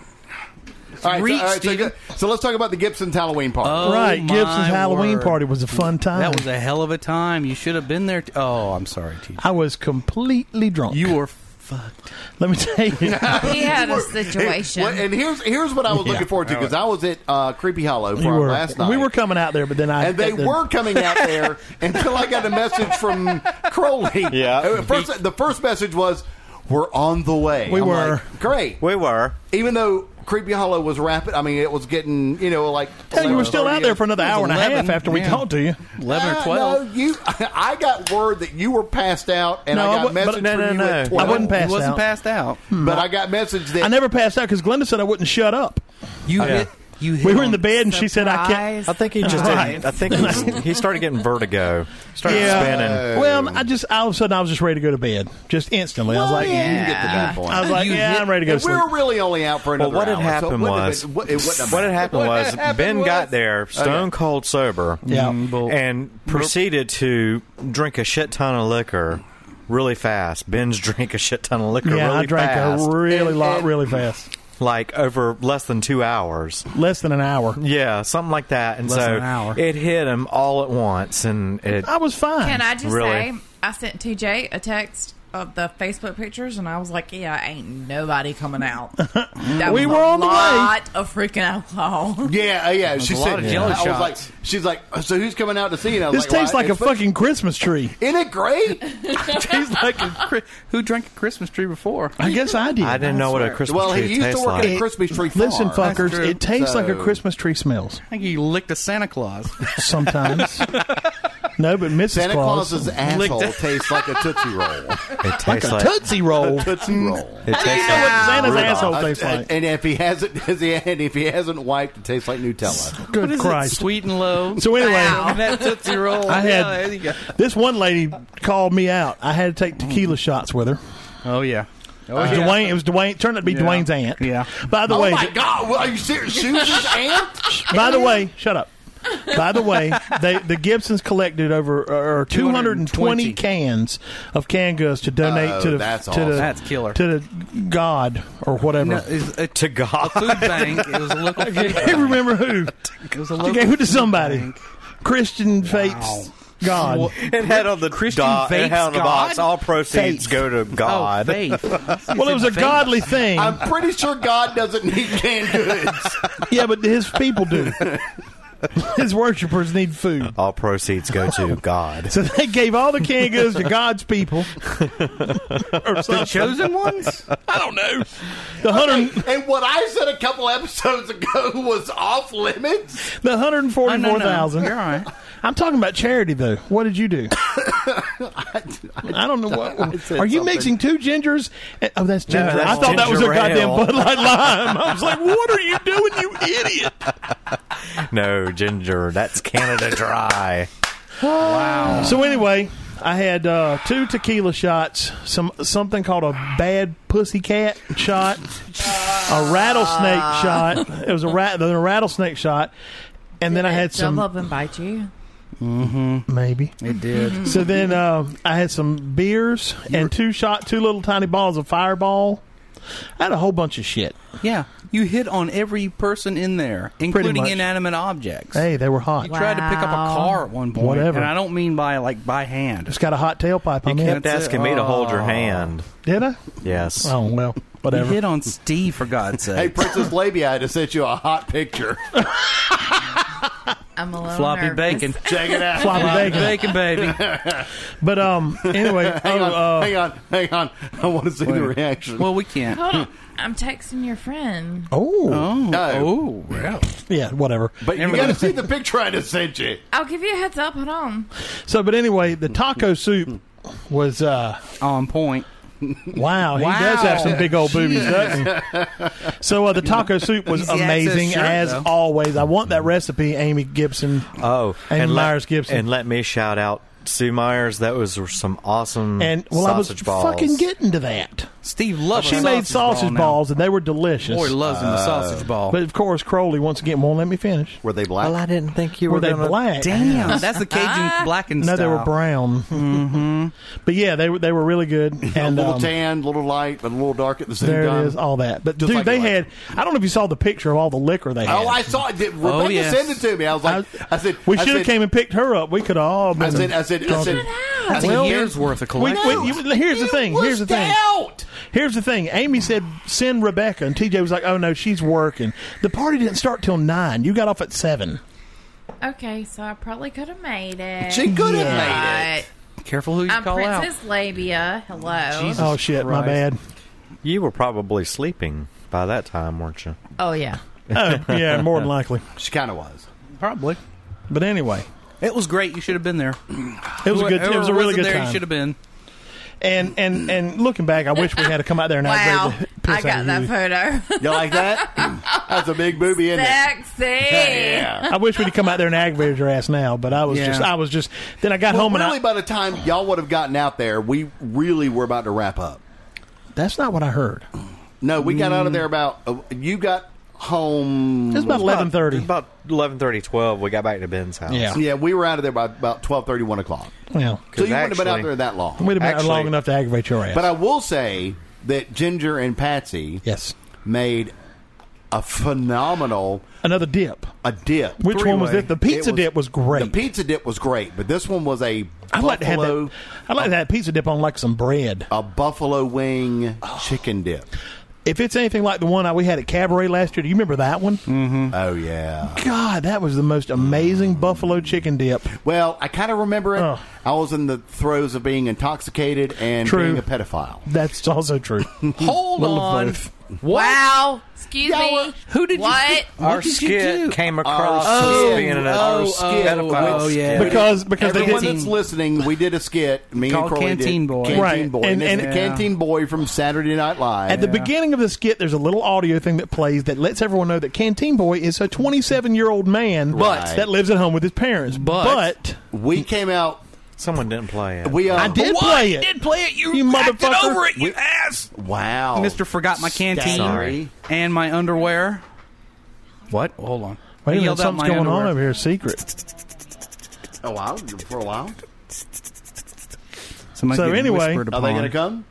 Speaker 2: all right,
Speaker 1: Reach,
Speaker 2: so, all right, so
Speaker 1: Steven.
Speaker 2: go- so let's talk about the Gibson's Halloween party.
Speaker 1: Oh,
Speaker 3: right.
Speaker 1: my
Speaker 3: Gibson's Halloween
Speaker 1: word.
Speaker 3: party was a fun time.
Speaker 1: That was a hell of a time. You should have been there. T- oh, I'm sorry, TJ.
Speaker 3: I was completely drunk.
Speaker 1: You were fucked.
Speaker 3: Let me tell you.
Speaker 6: He had a
Speaker 2: Well,
Speaker 6: situation.
Speaker 2: and here's here's what I was looking forward to because I was at uh, Creepy Hollow for
Speaker 3: You
Speaker 2: our
Speaker 3: were-
Speaker 2: last night.
Speaker 3: We were coming out there, but then I
Speaker 2: and they
Speaker 3: at the-
Speaker 2: were coming out there until I got a message from Crowley.
Speaker 4: Yeah.
Speaker 2: Uh, First, the first message was, "We're on the way."
Speaker 3: We were.
Speaker 2: like, great.
Speaker 4: We were.
Speaker 2: Even though Creepy Hollow was rapid, I mean, it was getting you know like.
Speaker 3: Hey, you were still
Speaker 2: 11:30.
Speaker 3: out there for another
Speaker 1: It was
Speaker 3: hour and a half
Speaker 1: 11,
Speaker 3: after we
Speaker 1: yeah.
Speaker 3: talked to you.
Speaker 1: 11
Speaker 2: Ah,
Speaker 1: or 12.
Speaker 2: No, you. I got word that you were passed out, and
Speaker 3: No,
Speaker 2: I
Speaker 3: I
Speaker 2: got
Speaker 3: wa- but-
Speaker 2: message
Speaker 4: no,
Speaker 2: from
Speaker 4: no,
Speaker 2: you
Speaker 4: no.
Speaker 2: at
Speaker 4: I
Speaker 2: twelve.
Speaker 3: wasn't passed
Speaker 1: He wasn't
Speaker 3: out.
Speaker 1: passed out.
Speaker 2: but I got message that
Speaker 3: I never passed out because Glenda said I wouldn't shut up.
Speaker 1: You
Speaker 4: Yeah.
Speaker 1: hit. You hit
Speaker 3: Oh, We were in
Speaker 1: on-
Speaker 3: the bed and she said I can't.
Speaker 4: I think he just
Speaker 3: Right.
Speaker 4: didn't. I think he, he started getting vertigo. Started spinning.
Speaker 3: Well, I just all of a sudden I was just ready to go to bed, just instantly. I was like,
Speaker 2: you can get to that point.
Speaker 3: I was like,
Speaker 1: You
Speaker 3: yeah,
Speaker 1: hit-
Speaker 3: I'm ready to go to
Speaker 2: we
Speaker 3: sleep.
Speaker 2: were really only out for
Speaker 4: Well,
Speaker 2: another
Speaker 4: what had
Speaker 2: hour, so it
Speaker 4: happened
Speaker 2: wouldn't have
Speaker 4: was
Speaker 2: been- what- it wouldn't have
Speaker 4: what had
Speaker 2: mattered.
Speaker 4: happened was Oh,
Speaker 1: happened
Speaker 4: Ben
Speaker 1: was-
Speaker 4: got there stone cold sober,
Speaker 3: Yeah.
Speaker 4: and proceeded to drink a shit ton of liquor really fast. Ben's drank a shit ton of liquor
Speaker 3: yeah,
Speaker 4: really
Speaker 3: I drank
Speaker 4: fast,
Speaker 3: a really
Speaker 2: And-
Speaker 3: lot,
Speaker 2: and-
Speaker 3: really fast,
Speaker 4: like over less than two hours.
Speaker 3: less than an hour.
Speaker 4: Yeah, something like that. And
Speaker 1: Less
Speaker 4: so
Speaker 1: than an hour.
Speaker 4: it hit him all at once, and it
Speaker 3: I was fine.
Speaker 6: Can I just
Speaker 4: Really?
Speaker 6: say, I sent TJ a text of the Facebook pictures, and I was like, "Yeah, ain't nobody coming out." That
Speaker 3: We
Speaker 6: was
Speaker 3: were
Speaker 6: a
Speaker 3: on the way.
Speaker 6: lot of freaking alcohol.
Speaker 2: Yeah, uh, yeah. She
Speaker 1: a
Speaker 2: said,
Speaker 1: lot of jello
Speaker 2: I was
Speaker 1: shots.
Speaker 2: like, she's like, so who's coming out to see you? And I was
Speaker 3: this tastes
Speaker 2: "Well,
Speaker 3: like a
Speaker 2: it's fu-
Speaker 3: fucking Christmas tree.
Speaker 2: Isn't it great?
Speaker 1: He's like a, cri- who drank a Christmas tree before?
Speaker 3: I guess I did.
Speaker 4: I didn't know what a Christmas
Speaker 2: well,
Speaker 4: tree
Speaker 2: he used to
Speaker 4: tastes
Speaker 2: work
Speaker 4: like.
Speaker 2: at a Christmas tree farm.
Speaker 3: Listen, fuckers,
Speaker 1: true.
Speaker 3: it tastes like a
Speaker 2: So-
Speaker 3: Christmas tree smells
Speaker 1: I think he licked a Santa Claus.
Speaker 3: sometimes. no, but Mrs.
Speaker 2: Santa
Speaker 3: Claus,
Speaker 2: Claus's asshole
Speaker 1: Licked it.
Speaker 2: tastes like a tootsie roll.
Speaker 4: it tastes like,
Speaker 3: Tootsie Roll.
Speaker 2: tootsie roll.
Speaker 4: it tastes
Speaker 3: know
Speaker 4: like
Speaker 3: what Santa's
Speaker 4: Rudolph.
Speaker 3: asshole
Speaker 2: Uh,
Speaker 3: tastes like.
Speaker 2: and if he hasn't, and if he hasn't wiped, it tastes like Nutella.
Speaker 3: Good
Speaker 1: What is
Speaker 3: Christ.
Speaker 1: it? Sweet and low.
Speaker 3: So anyway,
Speaker 1: And that Tootsie Roll.
Speaker 3: I
Speaker 1: Yeah, there you
Speaker 3: had
Speaker 1: go.
Speaker 3: this one lady called me out. I had to take tequila shots with her.
Speaker 1: Oh yeah. Oh
Speaker 3: It was
Speaker 1: yeah.
Speaker 3: Dwayne, it was Dwayne. Turned out to be Dwayne's aunt.
Speaker 1: Yeah.
Speaker 3: By the
Speaker 2: Oh
Speaker 3: way,
Speaker 2: my God! Well, are you serious? Susan's aunt?
Speaker 3: by the way, shut up. By the way, they, the Gibsons collected over uh, or 220,
Speaker 1: 220
Speaker 3: cans of Kangas to donate
Speaker 2: Oh,
Speaker 3: to the
Speaker 2: that's
Speaker 3: to
Speaker 2: awesome.
Speaker 3: the
Speaker 1: That's killer.
Speaker 3: to the God or whatever.
Speaker 1: No, it's a
Speaker 4: to God.
Speaker 1: food bank. It was a local food
Speaker 3: I can't
Speaker 1: bank.
Speaker 3: remember who.
Speaker 1: It was a
Speaker 3: She
Speaker 1: local
Speaker 3: gave it to
Speaker 1: food
Speaker 3: somebody.
Speaker 1: bank.
Speaker 3: Christian faith's God.
Speaker 1: Well,
Speaker 4: It had on the
Speaker 1: Christian
Speaker 4: dot- it
Speaker 1: Faith's
Speaker 4: had on the box.
Speaker 1: God?
Speaker 4: All proceeds
Speaker 1: Faith.
Speaker 4: go to
Speaker 1: Oh,
Speaker 4: God.
Speaker 1: faith.
Speaker 3: well, it was a
Speaker 1: faith.
Speaker 3: godly thing.
Speaker 2: I'm pretty sure God doesn't need canned goods.
Speaker 3: yeah, but his people do. his worshippers need food.
Speaker 4: all proceeds go to God.
Speaker 3: So they gave all the kangas to God's people. or
Speaker 1: The
Speaker 3: something.
Speaker 1: chosen ones.
Speaker 5: I don't know.
Speaker 3: The hundred,
Speaker 2: and what I said a couple episodes ago was off limits.
Speaker 3: the hundred and forty-four
Speaker 1: No, no,
Speaker 3: thousand.
Speaker 1: no. You're all right.
Speaker 3: I'm talking about charity, though. What did you do? I don't know what.
Speaker 2: I said
Speaker 3: Are you
Speaker 2: something.
Speaker 3: mixing two gingers? Eh, Oh, that's ginger.
Speaker 4: that's
Speaker 3: I thought that was a
Speaker 4: ginger
Speaker 3: goddamn
Speaker 4: ale.
Speaker 3: Bud Light Lime. I was like, what are you doing, you idiot?
Speaker 4: No, Ginger, that's Canada Dry.
Speaker 3: So anyway, I had uh, two tequila shots, some something called a bad pussycat shot, a rattlesnake shot. It was a rat, then a rattlesnake shot, and then I had
Speaker 6: Jump
Speaker 3: some.
Speaker 6: up and bite you.
Speaker 3: Mm-hmm. Maybe
Speaker 1: it did.
Speaker 3: So then uh, I had some beers and two shot, two little tiny balls of Fireball. I had a whole bunch of shit.
Speaker 1: Yeah, you hit on every person in there, including
Speaker 3: much.
Speaker 1: inanimate objects.
Speaker 3: Hey, they were hot.
Speaker 1: You tried to pick up a car at one point,
Speaker 3: Whatever.
Speaker 1: and I don't mean by like by hand.
Speaker 3: It's got a hot tailpipe. on
Speaker 1: You
Speaker 3: it.
Speaker 1: kept That's asking it. me to hold your
Speaker 4: Your hand.
Speaker 3: Did I?
Speaker 4: Yes.
Speaker 3: Oh well, whatever.
Speaker 1: You hit on Steve for God's sake.
Speaker 2: Hey, Princess Labia, I just sent you a hot picture.
Speaker 6: I'm a little
Speaker 1: Floppy
Speaker 6: nervous.
Speaker 1: bacon.
Speaker 2: Check it out.
Speaker 3: Floppy
Speaker 1: bacon, baby.
Speaker 3: But um, anyway,
Speaker 2: Hang
Speaker 3: oh,
Speaker 2: on,
Speaker 3: uh,
Speaker 2: hang on, hang on. I want to see the reaction.
Speaker 1: well, we can't.
Speaker 6: Hold on. I'm texting your friend.
Speaker 3: oh
Speaker 1: Oh,
Speaker 2: No.
Speaker 1: oh, well.
Speaker 3: yeah, whatever.
Speaker 2: but you got to see the picture I just sent you.
Speaker 6: I'll give you a heads up. Hold on.
Speaker 3: So, but anyway, the taco soup was uh
Speaker 1: on point.
Speaker 3: wow. He
Speaker 1: Wow.
Speaker 3: does have some big old boobies, doesn't he? So uh, the taco soup was
Speaker 1: Easy access
Speaker 3: amazing
Speaker 1: shirt,
Speaker 3: as
Speaker 1: though.
Speaker 3: always. I want that recipe, Amy Gibson.
Speaker 4: Oh,
Speaker 3: And
Speaker 4: let-
Speaker 3: Myers Gibson.
Speaker 4: And let me shout out Sue Myers. That was some awesome
Speaker 3: and well, I was
Speaker 4: sausage balls.
Speaker 3: fucking getting to that.
Speaker 1: Steve loves.
Speaker 3: She
Speaker 1: a
Speaker 3: made
Speaker 1: ball
Speaker 3: sausage
Speaker 1: now.
Speaker 3: balls, and they were delicious.
Speaker 1: Boy loves him a sausage ball.
Speaker 3: but of course, Crowley once again won't let me finish.
Speaker 2: Were they black?
Speaker 4: Well, I didn't think you
Speaker 3: Were
Speaker 4: were,
Speaker 3: they
Speaker 4: gonna-
Speaker 3: black?
Speaker 1: Damn, that's the Cajun blackened
Speaker 3: No,
Speaker 1: style.
Speaker 3: they were brown. Mm-hmm. But yeah, they were they were really good. And
Speaker 2: a little
Speaker 3: um,
Speaker 2: tan, a little light, but a little dark at the same
Speaker 3: there
Speaker 2: time.
Speaker 3: it is, Oh, all that. But
Speaker 2: Just
Speaker 3: dude,
Speaker 2: like
Speaker 3: they
Speaker 2: it was.
Speaker 3: had. I don't know if you saw the picture of all the liquor they had.
Speaker 2: Oh, I saw it. Rebecca
Speaker 1: Oh, yes.
Speaker 2: sent it to me. I was like, I, said,
Speaker 3: we
Speaker 2: I
Speaker 3: should have
Speaker 2: said-
Speaker 3: came and picked her up. We could have all been.
Speaker 2: I said, I said, I said, I
Speaker 1: That's
Speaker 2: said,
Speaker 1: a
Speaker 2: Ben-
Speaker 1: year's worth of
Speaker 3: we,
Speaker 1: collection.
Speaker 3: we- you- here's the thing. Here's the thing.
Speaker 2: Out.
Speaker 3: Here's the thing. Amy said, "Send Rebecca," and TJ was like, "Oh no, she's working." The party didn't start till nine. You got off at seven.
Speaker 6: Okay, so I probably could have made it.
Speaker 2: She could have made
Speaker 6: But
Speaker 2: it.
Speaker 1: Careful who you
Speaker 6: I'm
Speaker 1: call
Speaker 6: Princess Labia. Hello.
Speaker 1: Jesus.
Speaker 3: Oh shit, my
Speaker 1: Christ.
Speaker 3: bad.
Speaker 4: You were probably sleeping by that time, weren't you?
Speaker 6: Oh yeah.
Speaker 3: Oh yeah, more than likely.
Speaker 2: She kind of was.
Speaker 1: out. Probably.
Speaker 3: But anyway,
Speaker 1: It was great. You should have been there.
Speaker 3: it was a good. It was a really good
Speaker 1: there, You
Speaker 3: time.
Speaker 1: should have been.
Speaker 3: And and and looking back, I wish we had to come out there and
Speaker 6: Wow.
Speaker 3: I
Speaker 6: I got that photo.
Speaker 2: You like that? That's a big booby, isn't it?
Speaker 6: Sexy.
Speaker 2: Yeah.
Speaker 3: I wish we'd come out there and aggravated your ass now, but I was
Speaker 1: Yeah.
Speaker 3: just, I was just. Then I got
Speaker 2: Well,
Speaker 3: home and
Speaker 2: really,
Speaker 3: I.
Speaker 2: by the time y'all would have gotten out there, we really were about to wrap up.
Speaker 3: That's not what I heard.
Speaker 2: No, we got out of there about. Uh, you got home.
Speaker 3: It was about eleven thirty.
Speaker 4: About 11:30, 12, we got back to Ben's house.
Speaker 3: Yeah.
Speaker 2: Yeah, we were out of there by about twelve thirty, one o'clock.
Speaker 3: Well,
Speaker 2: So you wouldn't have been out
Speaker 4: actually-
Speaker 2: there that long.
Speaker 3: we'd have been out
Speaker 4: Actually-
Speaker 3: long enough to aggravate your ass.
Speaker 2: But I will say that Ginger and Patsy
Speaker 3: yes,
Speaker 2: made a phenomenal
Speaker 3: another dip.
Speaker 2: a dip.
Speaker 3: Which one was
Speaker 4: Three-way.
Speaker 3: it? The pizza
Speaker 2: It was-
Speaker 3: dip was great.
Speaker 2: The pizza dip was great, but this one was a
Speaker 3: I'd like to have
Speaker 2: buffalo
Speaker 3: that. I'd like to have pizza dip on like some bread.
Speaker 2: a buffalo wing chicken dip.
Speaker 3: If it's anything like the one I, we had at Cabaret last year, do you remember that one?
Speaker 1: Mm.
Speaker 3: Mm-hmm.
Speaker 2: Oh yeah.
Speaker 3: God, that was the most amazing buffalo chicken dip.
Speaker 2: Well, I kind of remember it.
Speaker 3: Oh.
Speaker 2: I was in the throes of being intoxicated and
Speaker 3: True.
Speaker 2: being a pedophile.
Speaker 3: That's also true.
Speaker 1: Hold
Speaker 3: Little
Speaker 1: on.
Speaker 3: both.
Speaker 6: Wow. Excuse me.
Speaker 1: Who did you-
Speaker 6: what?
Speaker 4: Our
Speaker 1: What did you do?
Speaker 4: skit came across
Speaker 2: Our
Speaker 4: as
Speaker 2: skit.
Speaker 4: being an
Speaker 1: Oh,
Speaker 4: our skit.
Speaker 1: oh, oh, yeah.
Speaker 3: Because because they
Speaker 2: Everyone
Speaker 3: did
Speaker 1: didn't-
Speaker 2: that's listening, we did a skit. Me
Speaker 1: Called
Speaker 2: and Crowley
Speaker 1: Canteen
Speaker 2: did
Speaker 1: Boy.
Speaker 2: Canteen
Speaker 3: Right.
Speaker 2: Boy,
Speaker 3: And-
Speaker 2: and,
Speaker 3: and-
Speaker 2: it's the Canteen Boy from Saturday Night Live.
Speaker 3: At the beginning of the skit, there's a little audio thing that plays that lets everyone know that Canteen Boy is a 27 year old man,
Speaker 2: But-
Speaker 3: that lives at home with his parents.
Speaker 1: But-
Speaker 3: But
Speaker 2: we came out.
Speaker 4: Someone didn't play it.
Speaker 2: We uh,
Speaker 3: I did play it.
Speaker 1: play it.
Speaker 3: You acted motherfucker. Oh. over
Speaker 1: it, you ass.
Speaker 2: Wow,
Speaker 1: Mister forgot my canteen
Speaker 4: Sorry.
Speaker 1: and my underwear. What? Hold
Speaker 3: Wait
Speaker 1: on.
Speaker 3: a
Speaker 1: He
Speaker 3: minute,
Speaker 1: yelled out
Speaker 3: something's
Speaker 1: my
Speaker 3: going on
Speaker 1: underwear.
Speaker 3: over here. Secret.
Speaker 2: Oh wow, for a while.
Speaker 1: Somebody's
Speaker 3: So
Speaker 1: getting
Speaker 3: anyway- Oh,
Speaker 1: whispered
Speaker 2: Are they
Speaker 1: upon.
Speaker 2: going to come?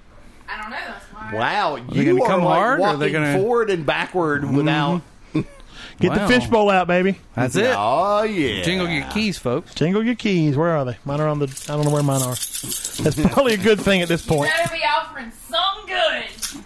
Speaker 6: I don't know. That's why.
Speaker 2: Wow,
Speaker 1: they
Speaker 2: you
Speaker 1: gonna
Speaker 2: are
Speaker 1: come
Speaker 2: like
Speaker 1: hard, or are
Speaker 2: walking
Speaker 1: they gonna-
Speaker 2: forward and backward without.
Speaker 3: Get
Speaker 1: Wow.
Speaker 3: the fishbowl out, baby.
Speaker 1: That's it.
Speaker 2: Oh yeah,
Speaker 1: Jingle your keys, folks.
Speaker 3: Jingle your keys. Where are they? Mine are on the. I don't know where mine are. That's probably a good thing at this point.
Speaker 6: Better be offering some good.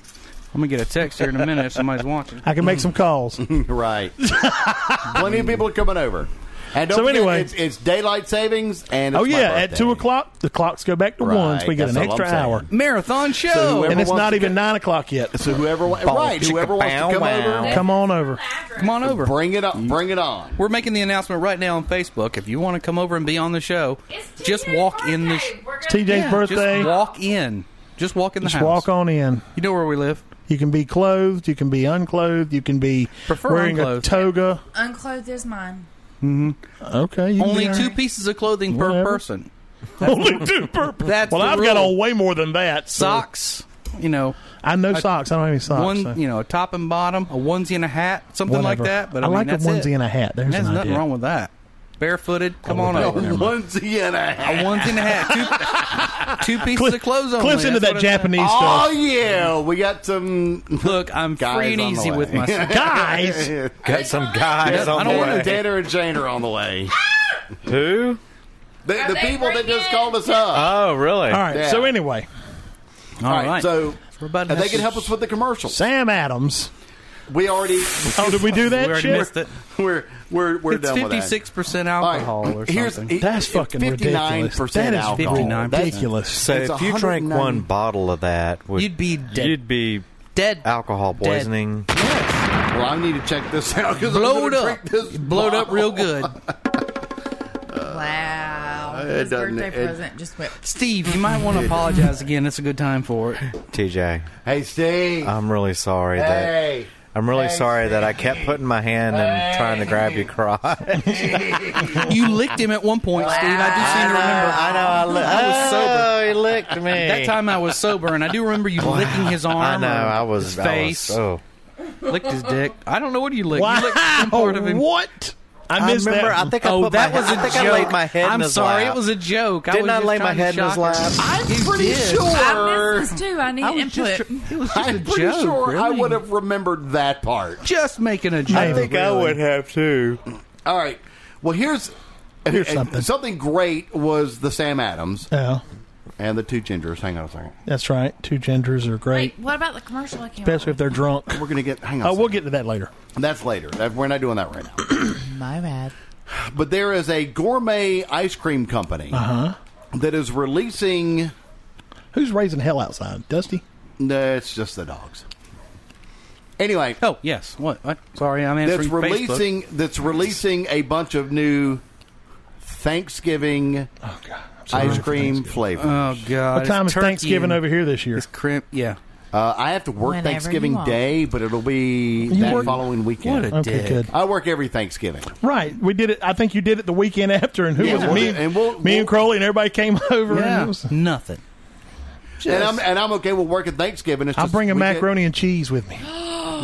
Speaker 1: I'm gonna get a text here in a minute if somebody's watching.
Speaker 3: I can make some calls.
Speaker 2: Right, plenty of people are coming over. And don't
Speaker 3: So
Speaker 2: forget,
Speaker 3: anyway-
Speaker 2: it's, it's daylight savings, and it's
Speaker 3: oh
Speaker 2: my
Speaker 3: yeah, at
Speaker 2: birthday.
Speaker 3: two o'clock the clocks go back to
Speaker 2: Right,
Speaker 3: one, so we get
Speaker 2: that's
Speaker 3: an
Speaker 2: all I'm
Speaker 3: extra
Speaker 2: saying.
Speaker 3: hour,
Speaker 1: Marathon show.
Speaker 2: So whoever
Speaker 3: and it's
Speaker 2: wants
Speaker 3: not
Speaker 2: to
Speaker 3: even nine o'clock yet.
Speaker 2: So whoever, wa- right? Whoever wants to
Speaker 4: chicka,
Speaker 2: come
Speaker 4: bow,
Speaker 2: over,
Speaker 4: wow.
Speaker 3: Come on over.
Speaker 1: come on over.
Speaker 2: bring it up, bring it on.
Speaker 1: We're making the announcement right now on Facebook. If you want to come over and be on the show,
Speaker 6: It's
Speaker 1: just
Speaker 6: TJ's
Speaker 1: walk in the.
Speaker 6: birthday.
Speaker 1: Sh-
Speaker 6: We're gonna-
Speaker 3: TJ's birthday.
Speaker 1: Just walk in. Just walk in the
Speaker 3: Just
Speaker 1: house.
Speaker 3: walk on in.
Speaker 1: You know where we live.
Speaker 3: You can be clothed. You can be unclothed. You can be
Speaker 1: Prefer
Speaker 3: wearing
Speaker 1: unclothed.
Speaker 3: a toga.
Speaker 6: Unclothed is mine.
Speaker 3: Okay. You can
Speaker 1: Only
Speaker 3: be all
Speaker 1: two
Speaker 3: right.
Speaker 1: pieces of clothing per
Speaker 3: Whatever.
Speaker 1: person.
Speaker 3: Only two per.
Speaker 1: That's
Speaker 3: well,
Speaker 1: the
Speaker 3: I've got
Speaker 1: rule.
Speaker 3: on way more than that. so-
Speaker 1: Socks. You know,
Speaker 3: I know socks. I don't have any socks.
Speaker 1: one.
Speaker 3: so-
Speaker 1: You know, a top and bottom, a onesie and a hat, something like
Speaker 3: whatever.
Speaker 1: that. But I,
Speaker 3: I,
Speaker 1: mean,
Speaker 3: like a
Speaker 1: that's
Speaker 3: onesie
Speaker 1: it.
Speaker 3: and a hat. There's
Speaker 1: There's
Speaker 3: an
Speaker 1: nothing
Speaker 3: idea. Oh,
Speaker 1: wrong with that. barefooted. Come on over.
Speaker 2: onesie and a hat.
Speaker 1: A onesie and a hat. Two, two pieces of clothes on.
Speaker 3: Cliff's into that Japanese
Speaker 2: Oh
Speaker 3: stuff.
Speaker 2: yeah, we got some
Speaker 1: Look, I'm
Speaker 2: guys
Speaker 1: free and
Speaker 2: on the
Speaker 1: easy
Speaker 2: way.
Speaker 1: with my
Speaker 3: Guys,
Speaker 4: Got some guys
Speaker 1: I
Speaker 4: on
Speaker 1: don't
Speaker 4: the
Speaker 1: want
Speaker 4: way.
Speaker 1: to
Speaker 2: Dana and Jane are on the way.
Speaker 4: Who?
Speaker 2: The,
Speaker 10: Are
Speaker 2: the
Speaker 10: they
Speaker 2: people that just
Speaker 10: bringing-
Speaker 2: called us up.
Speaker 4: Oh, really?
Speaker 3: all right.
Speaker 2: Yeah.
Speaker 3: So anyway,
Speaker 1: All right,
Speaker 2: so
Speaker 1: We're about to
Speaker 2: and they
Speaker 1: have
Speaker 2: can
Speaker 1: to-
Speaker 2: help us with the commercials.
Speaker 3: Sam Adams.
Speaker 2: We already
Speaker 3: Oh, did we do that?
Speaker 1: we already
Speaker 3: shit?
Speaker 1: missed it.
Speaker 2: we're we're we're
Speaker 1: It's
Speaker 2: done with that.
Speaker 1: fifty six percent
Speaker 2: All right,
Speaker 1: alcohol or
Speaker 2: here's-
Speaker 1: something.
Speaker 3: That's
Speaker 2: it-
Speaker 3: fucking
Speaker 2: 59%
Speaker 3: ridiculous. That is
Speaker 2: alcohol.
Speaker 1: 59%.
Speaker 2: That's-
Speaker 3: ridiculous.
Speaker 4: So
Speaker 2: It's
Speaker 4: if you drank
Speaker 2: 190
Speaker 4: one bottle of that, would,
Speaker 1: You'd be dead.
Speaker 4: You'd be
Speaker 1: Dead
Speaker 4: alcohol
Speaker 1: Dead.
Speaker 4: poisoning.
Speaker 2: Well, I need to check this out because
Speaker 1: Blow
Speaker 2: I'm
Speaker 1: it
Speaker 2: gonna
Speaker 1: up.
Speaker 2: drink This
Speaker 1: Blow it up
Speaker 2: bottle.
Speaker 1: real good.
Speaker 6: Wow.
Speaker 2: It
Speaker 6: His
Speaker 2: doesn't-
Speaker 6: birthday
Speaker 2: it-
Speaker 6: present just went.
Speaker 1: Steve, you might want to apologize again. It's a good time for it.
Speaker 4: TJ,
Speaker 2: Hey, Steve.
Speaker 4: I'm really sorry that
Speaker 2: hey.
Speaker 4: I'm really
Speaker 2: Hey,
Speaker 4: sorry that I kept putting my hand and trying to grab your crotch. I
Speaker 1: You licked him at one point, Steve. I do seem to remember.
Speaker 4: I li- I
Speaker 1: was sober.
Speaker 4: Oh, he licked me.
Speaker 1: That time I was sober, and I do remember you licking his arm.
Speaker 4: I know.
Speaker 1: or
Speaker 4: I was.
Speaker 1: his
Speaker 4: Face.
Speaker 1: face.
Speaker 4: I was, oh.
Speaker 1: Licked his dick. I don't know what you licked. You licked
Speaker 3: Wow.
Speaker 1: some part of him.
Speaker 3: What? I
Speaker 4: I
Speaker 3: missed
Speaker 4: remember.
Speaker 3: that.
Speaker 4: I think I
Speaker 1: Oh,
Speaker 4: put
Speaker 1: that
Speaker 4: my,
Speaker 1: was a
Speaker 4: I think
Speaker 1: joke.
Speaker 4: I laid my head.
Speaker 1: I'm
Speaker 4: in his
Speaker 1: sorry,
Speaker 4: lap.
Speaker 1: it was a joke.
Speaker 4: Didn't
Speaker 1: I,
Speaker 4: I
Speaker 1: was just
Speaker 4: lay my
Speaker 1: trying to
Speaker 4: head in his
Speaker 1: shock
Speaker 4: lap?
Speaker 1: her.
Speaker 2: I'm
Speaker 1: You
Speaker 2: pretty
Speaker 1: did.
Speaker 6: I
Speaker 2: sure.
Speaker 6: missed this too. I need
Speaker 1: I was
Speaker 6: input.
Speaker 1: just, it was just a
Speaker 2: I'm pretty
Speaker 1: joke.
Speaker 2: sure I
Speaker 1: really.
Speaker 2: would have remembered that part.
Speaker 1: just making a joke.
Speaker 3: I think I
Speaker 1: really.
Speaker 4: have too.
Speaker 2: All right. Well, here's
Speaker 3: Here's
Speaker 2: and-
Speaker 3: something.
Speaker 2: Something great was the Sam Adams
Speaker 3: Yeah,
Speaker 2: and the two gingers. Hang on a second.
Speaker 3: that's right. Two genders are great,
Speaker 6: Wait, what about the commercial? I can't
Speaker 3: especially if they're drunk.
Speaker 2: We're gonna get. Hang on. a
Speaker 1: Uh,
Speaker 3: Oh, we'll
Speaker 2: second.
Speaker 3: get to that later.
Speaker 2: That's later. That, we're not doing that right now.
Speaker 6: My bad.
Speaker 2: But there is a gourmet ice cream company
Speaker 1: Uh-huh.
Speaker 2: that is releasing.
Speaker 3: Who's raising hell outside? Dusty.
Speaker 2: No, it's just the dogs. Anyway,
Speaker 1: Oh yes. What? what? Sorry, I'm
Speaker 2: that's
Speaker 1: answering Facebook.
Speaker 2: releasing. That's releasing a bunch of new Thanksgiving ice cream flavors.
Speaker 1: Oh god.
Speaker 3: What time
Speaker 1: it's
Speaker 3: is
Speaker 1: turkey
Speaker 3: Thanksgiving
Speaker 1: and-
Speaker 3: over here this year?
Speaker 1: It's crimp. Yeah.
Speaker 2: Uh, I have to work
Speaker 6: Whenever you
Speaker 2: Thanksgiving
Speaker 6: want.
Speaker 2: Day, but it'll be
Speaker 3: You
Speaker 2: that
Speaker 3: work-
Speaker 2: following weekend.
Speaker 1: What a
Speaker 3: Okay,
Speaker 1: dick.
Speaker 3: good.
Speaker 2: I work every Thanksgiving.
Speaker 3: Right, we did it. I think you did it the weekend after, and who
Speaker 2: Yeah,
Speaker 3: was it?
Speaker 2: we'll
Speaker 3: Me,
Speaker 2: do- and we'll-
Speaker 3: me and
Speaker 2: we'll-
Speaker 3: Crowley, and everybody came over. And it
Speaker 1: Yeah.
Speaker 3: was,
Speaker 1: Nothing.
Speaker 2: and I'm and I'm okay with working Thanksgiving. It's
Speaker 3: I'll
Speaker 2: just
Speaker 3: bring a
Speaker 2: we get-
Speaker 3: macaroni and cheese with me.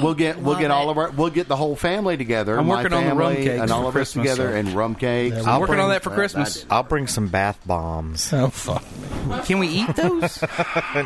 Speaker 2: we'll get we'll
Speaker 6: Love
Speaker 2: get all
Speaker 6: it.
Speaker 2: of our we'll get the whole family together.
Speaker 1: I'm
Speaker 2: my
Speaker 1: working on the rum
Speaker 2: family
Speaker 1: cakes
Speaker 2: and all
Speaker 1: for
Speaker 2: of us
Speaker 1: Christmas,
Speaker 2: together
Speaker 1: so-
Speaker 2: and rum cakes.
Speaker 1: I'm working on that for Christmas.
Speaker 4: I'll bring some bath bombs.
Speaker 3: Oh fuck!
Speaker 1: Can we eat those?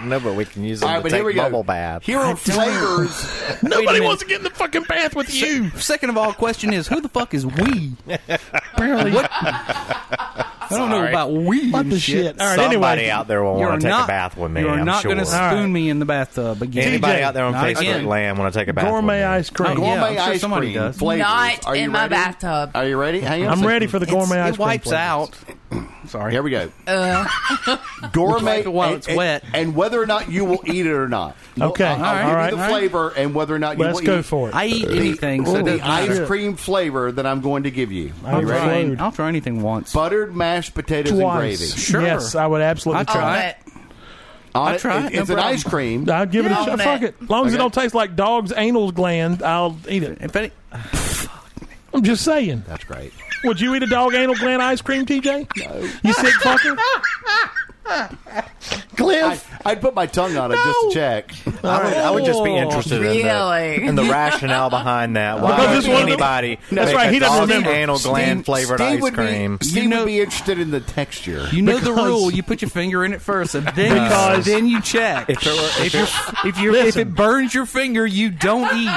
Speaker 4: no, but we can use them
Speaker 2: all right,
Speaker 4: to
Speaker 2: but
Speaker 4: take
Speaker 2: here we go.
Speaker 4: bubble baths.
Speaker 2: Here are flavors.
Speaker 3: Nobody
Speaker 1: minute.
Speaker 3: wants to get in the fucking bath with you.
Speaker 1: Second of all, question is who the fuck is we? Apparently, what? I don't know about we.
Speaker 3: What
Speaker 1: and
Speaker 3: the
Speaker 1: shit.
Speaker 3: shit? All right,
Speaker 4: Somebody
Speaker 3: anyway.
Speaker 4: out there will
Speaker 1: You're
Speaker 4: want to take a
Speaker 1: not-
Speaker 4: bath with me.
Speaker 1: You are
Speaker 4: I'm
Speaker 1: not
Speaker 4: sure.
Speaker 1: going to spoon me in the bathtub again.
Speaker 4: Anybody out there on
Speaker 1: Not
Speaker 4: Facebook
Speaker 1: again.
Speaker 4: Land want to take a bath?
Speaker 3: Gourmet
Speaker 4: with
Speaker 3: ice
Speaker 4: me?
Speaker 3: cream.
Speaker 1: Oh, yeah.
Speaker 2: Gourmet
Speaker 1: I'm sure
Speaker 2: ice
Speaker 1: somebody
Speaker 2: cream
Speaker 1: does.
Speaker 2: flavors.
Speaker 6: Not
Speaker 2: are you
Speaker 6: in my
Speaker 2: ready?
Speaker 6: bathtub.
Speaker 2: Are you ready? Hang on. a
Speaker 3: I'm
Speaker 2: second.
Speaker 3: ready for the
Speaker 1: It's-
Speaker 3: gourmet ice
Speaker 1: It
Speaker 3: cream.
Speaker 1: wipes
Speaker 3: flavors.
Speaker 1: out. Sorry.
Speaker 2: Here we go. Gourmet
Speaker 1: Wipe it while
Speaker 2: and-
Speaker 1: it's
Speaker 2: and-
Speaker 1: wet.
Speaker 2: and whether or not you will eat it or not.
Speaker 3: Okay.
Speaker 2: I'll, I'll
Speaker 1: All
Speaker 2: give you
Speaker 1: right.
Speaker 2: the
Speaker 1: All right.
Speaker 2: flavor and whether or not you
Speaker 3: Let's
Speaker 2: will
Speaker 3: go
Speaker 2: eat
Speaker 3: for it.
Speaker 1: I eat anything, so it
Speaker 2: the
Speaker 1: doesn't
Speaker 2: ice
Speaker 1: matter.
Speaker 2: cream flavor that I'm going to give you.
Speaker 3: I'll
Speaker 1: I'll try,
Speaker 3: explode.
Speaker 1: I'll try anything once.
Speaker 2: Buttered mashed potatoes
Speaker 3: twice.
Speaker 2: and gravy.
Speaker 1: Sure.
Speaker 3: Yes, I would absolutely
Speaker 1: I
Speaker 3: try.
Speaker 1: try.
Speaker 6: Oh, But
Speaker 2: On
Speaker 1: I'll
Speaker 2: it,
Speaker 1: try it,
Speaker 2: It's,
Speaker 1: no
Speaker 2: it's an
Speaker 1: problem.
Speaker 2: ice cream.
Speaker 3: I'd give it
Speaker 6: Yeah,
Speaker 3: a shot.
Speaker 6: on
Speaker 3: Fuck
Speaker 6: that.
Speaker 3: it. As long as it
Speaker 2: Okay.
Speaker 3: don't taste like dog's anal gland, I'll eat it.
Speaker 1: If any-
Speaker 3: I'm just saying.
Speaker 2: That's great.
Speaker 3: Would you eat a dog anal gland ice cream, TJ? No. You sick fucker?
Speaker 2: I, I'd put my tongue on it just to check.
Speaker 4: I would, I would just be interested in the,
Speaker 6: Really?
Speaker 4: in the rationale behind that. Why
Speaker 3: Because
Speaker 4: would
Speaker 3: this one-
Speaker 4: anybody?
Speaker 3: That's
Speaker 4: make
Speaker 3: right,
Speaker 4: a
Speaker 3: he doesn't
Speaker 4: dog's
Speaker 3: remember.
Speaker 4: Anal gland flavored
Speaker 2: Steve
Speaker 4: ice
Speaker 2: would
Speaker 4: cream.
Speaker 2: Be, Steve
Speaker 1: You know-
Speaker 2: would be interested in the texture.
Speaker 1: you know the
Speaker 3: Because-
Speaker 1: rule. You put your finger in it first, and then
Speaker 3: Because-
Speaker 1: you, then you check.
Speaker 4: If there were- if
Speaker 1: if, you're, if, you're, if
Speaker 3: Listen.
Speaker 1: it burns your finger, you don't eat.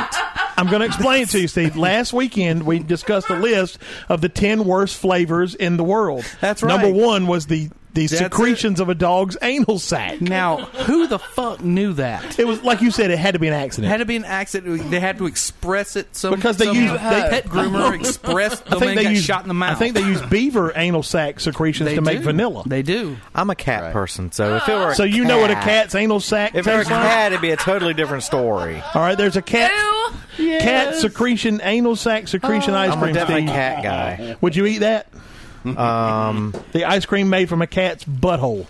Speaker 3: I'm going to explain it to you, Steve. Last weekend, we discussed a list of the 10 worst flavors in the world.
Speaker 1: That's
Speaker 3: Number
Speaker 1: right.
Speaker 3: one was the, the
Speaker 1: That's
Speaker 3: secretions of a dog's anal sac.
Speaker 1: Now, who the fuck knew that?
Speaker 3: It was, like you said, it had to be an accident.
Speaker 1: Had to be an accident. They had to express it some
Speaker 3: Because they
Speaker 1: some
Speaker 3: use- they-
Speaker 1: pet groomer expressed the
Speaker 3: I think
Speaker 1: man
Speaker 3: they
Speaker 1: got
Speaker 3: use
Speaker 1: shot in the mouth.
Speaker 3: I think they use beaver anal sac secretions
Speaker 1: They
Speaker 3: to make
Speaker 1: do.
Speaker 3: vanilla.
Speaker 1: They do.
Speaker 4: I'm a cat
Speaker 2: Right.
Speaker 4: person, so if it were a
Speaker 3: So you know what a
Speaker 4: cat-
Speaker 3: cat's anal sac
Speaker 4: If it were a
Speaker 3: tastes like?
Speaker 4: cat, it'd be a totally different story.
Speaker 3: All right, there's a cat
Speaker 6: Ew.
Speaker 3: cat secretion anal sac secretion
Speaker 1: Oh.
Speaker 3: ice
Speaker 4: I'm
Speaker 3: cream.
Speaker 4: definitely a
Speaker 3: Steve.
Speaker 4: cat guy.
Speaker 3: Would you eat that? Um, the ice cream made from a cat's butthole.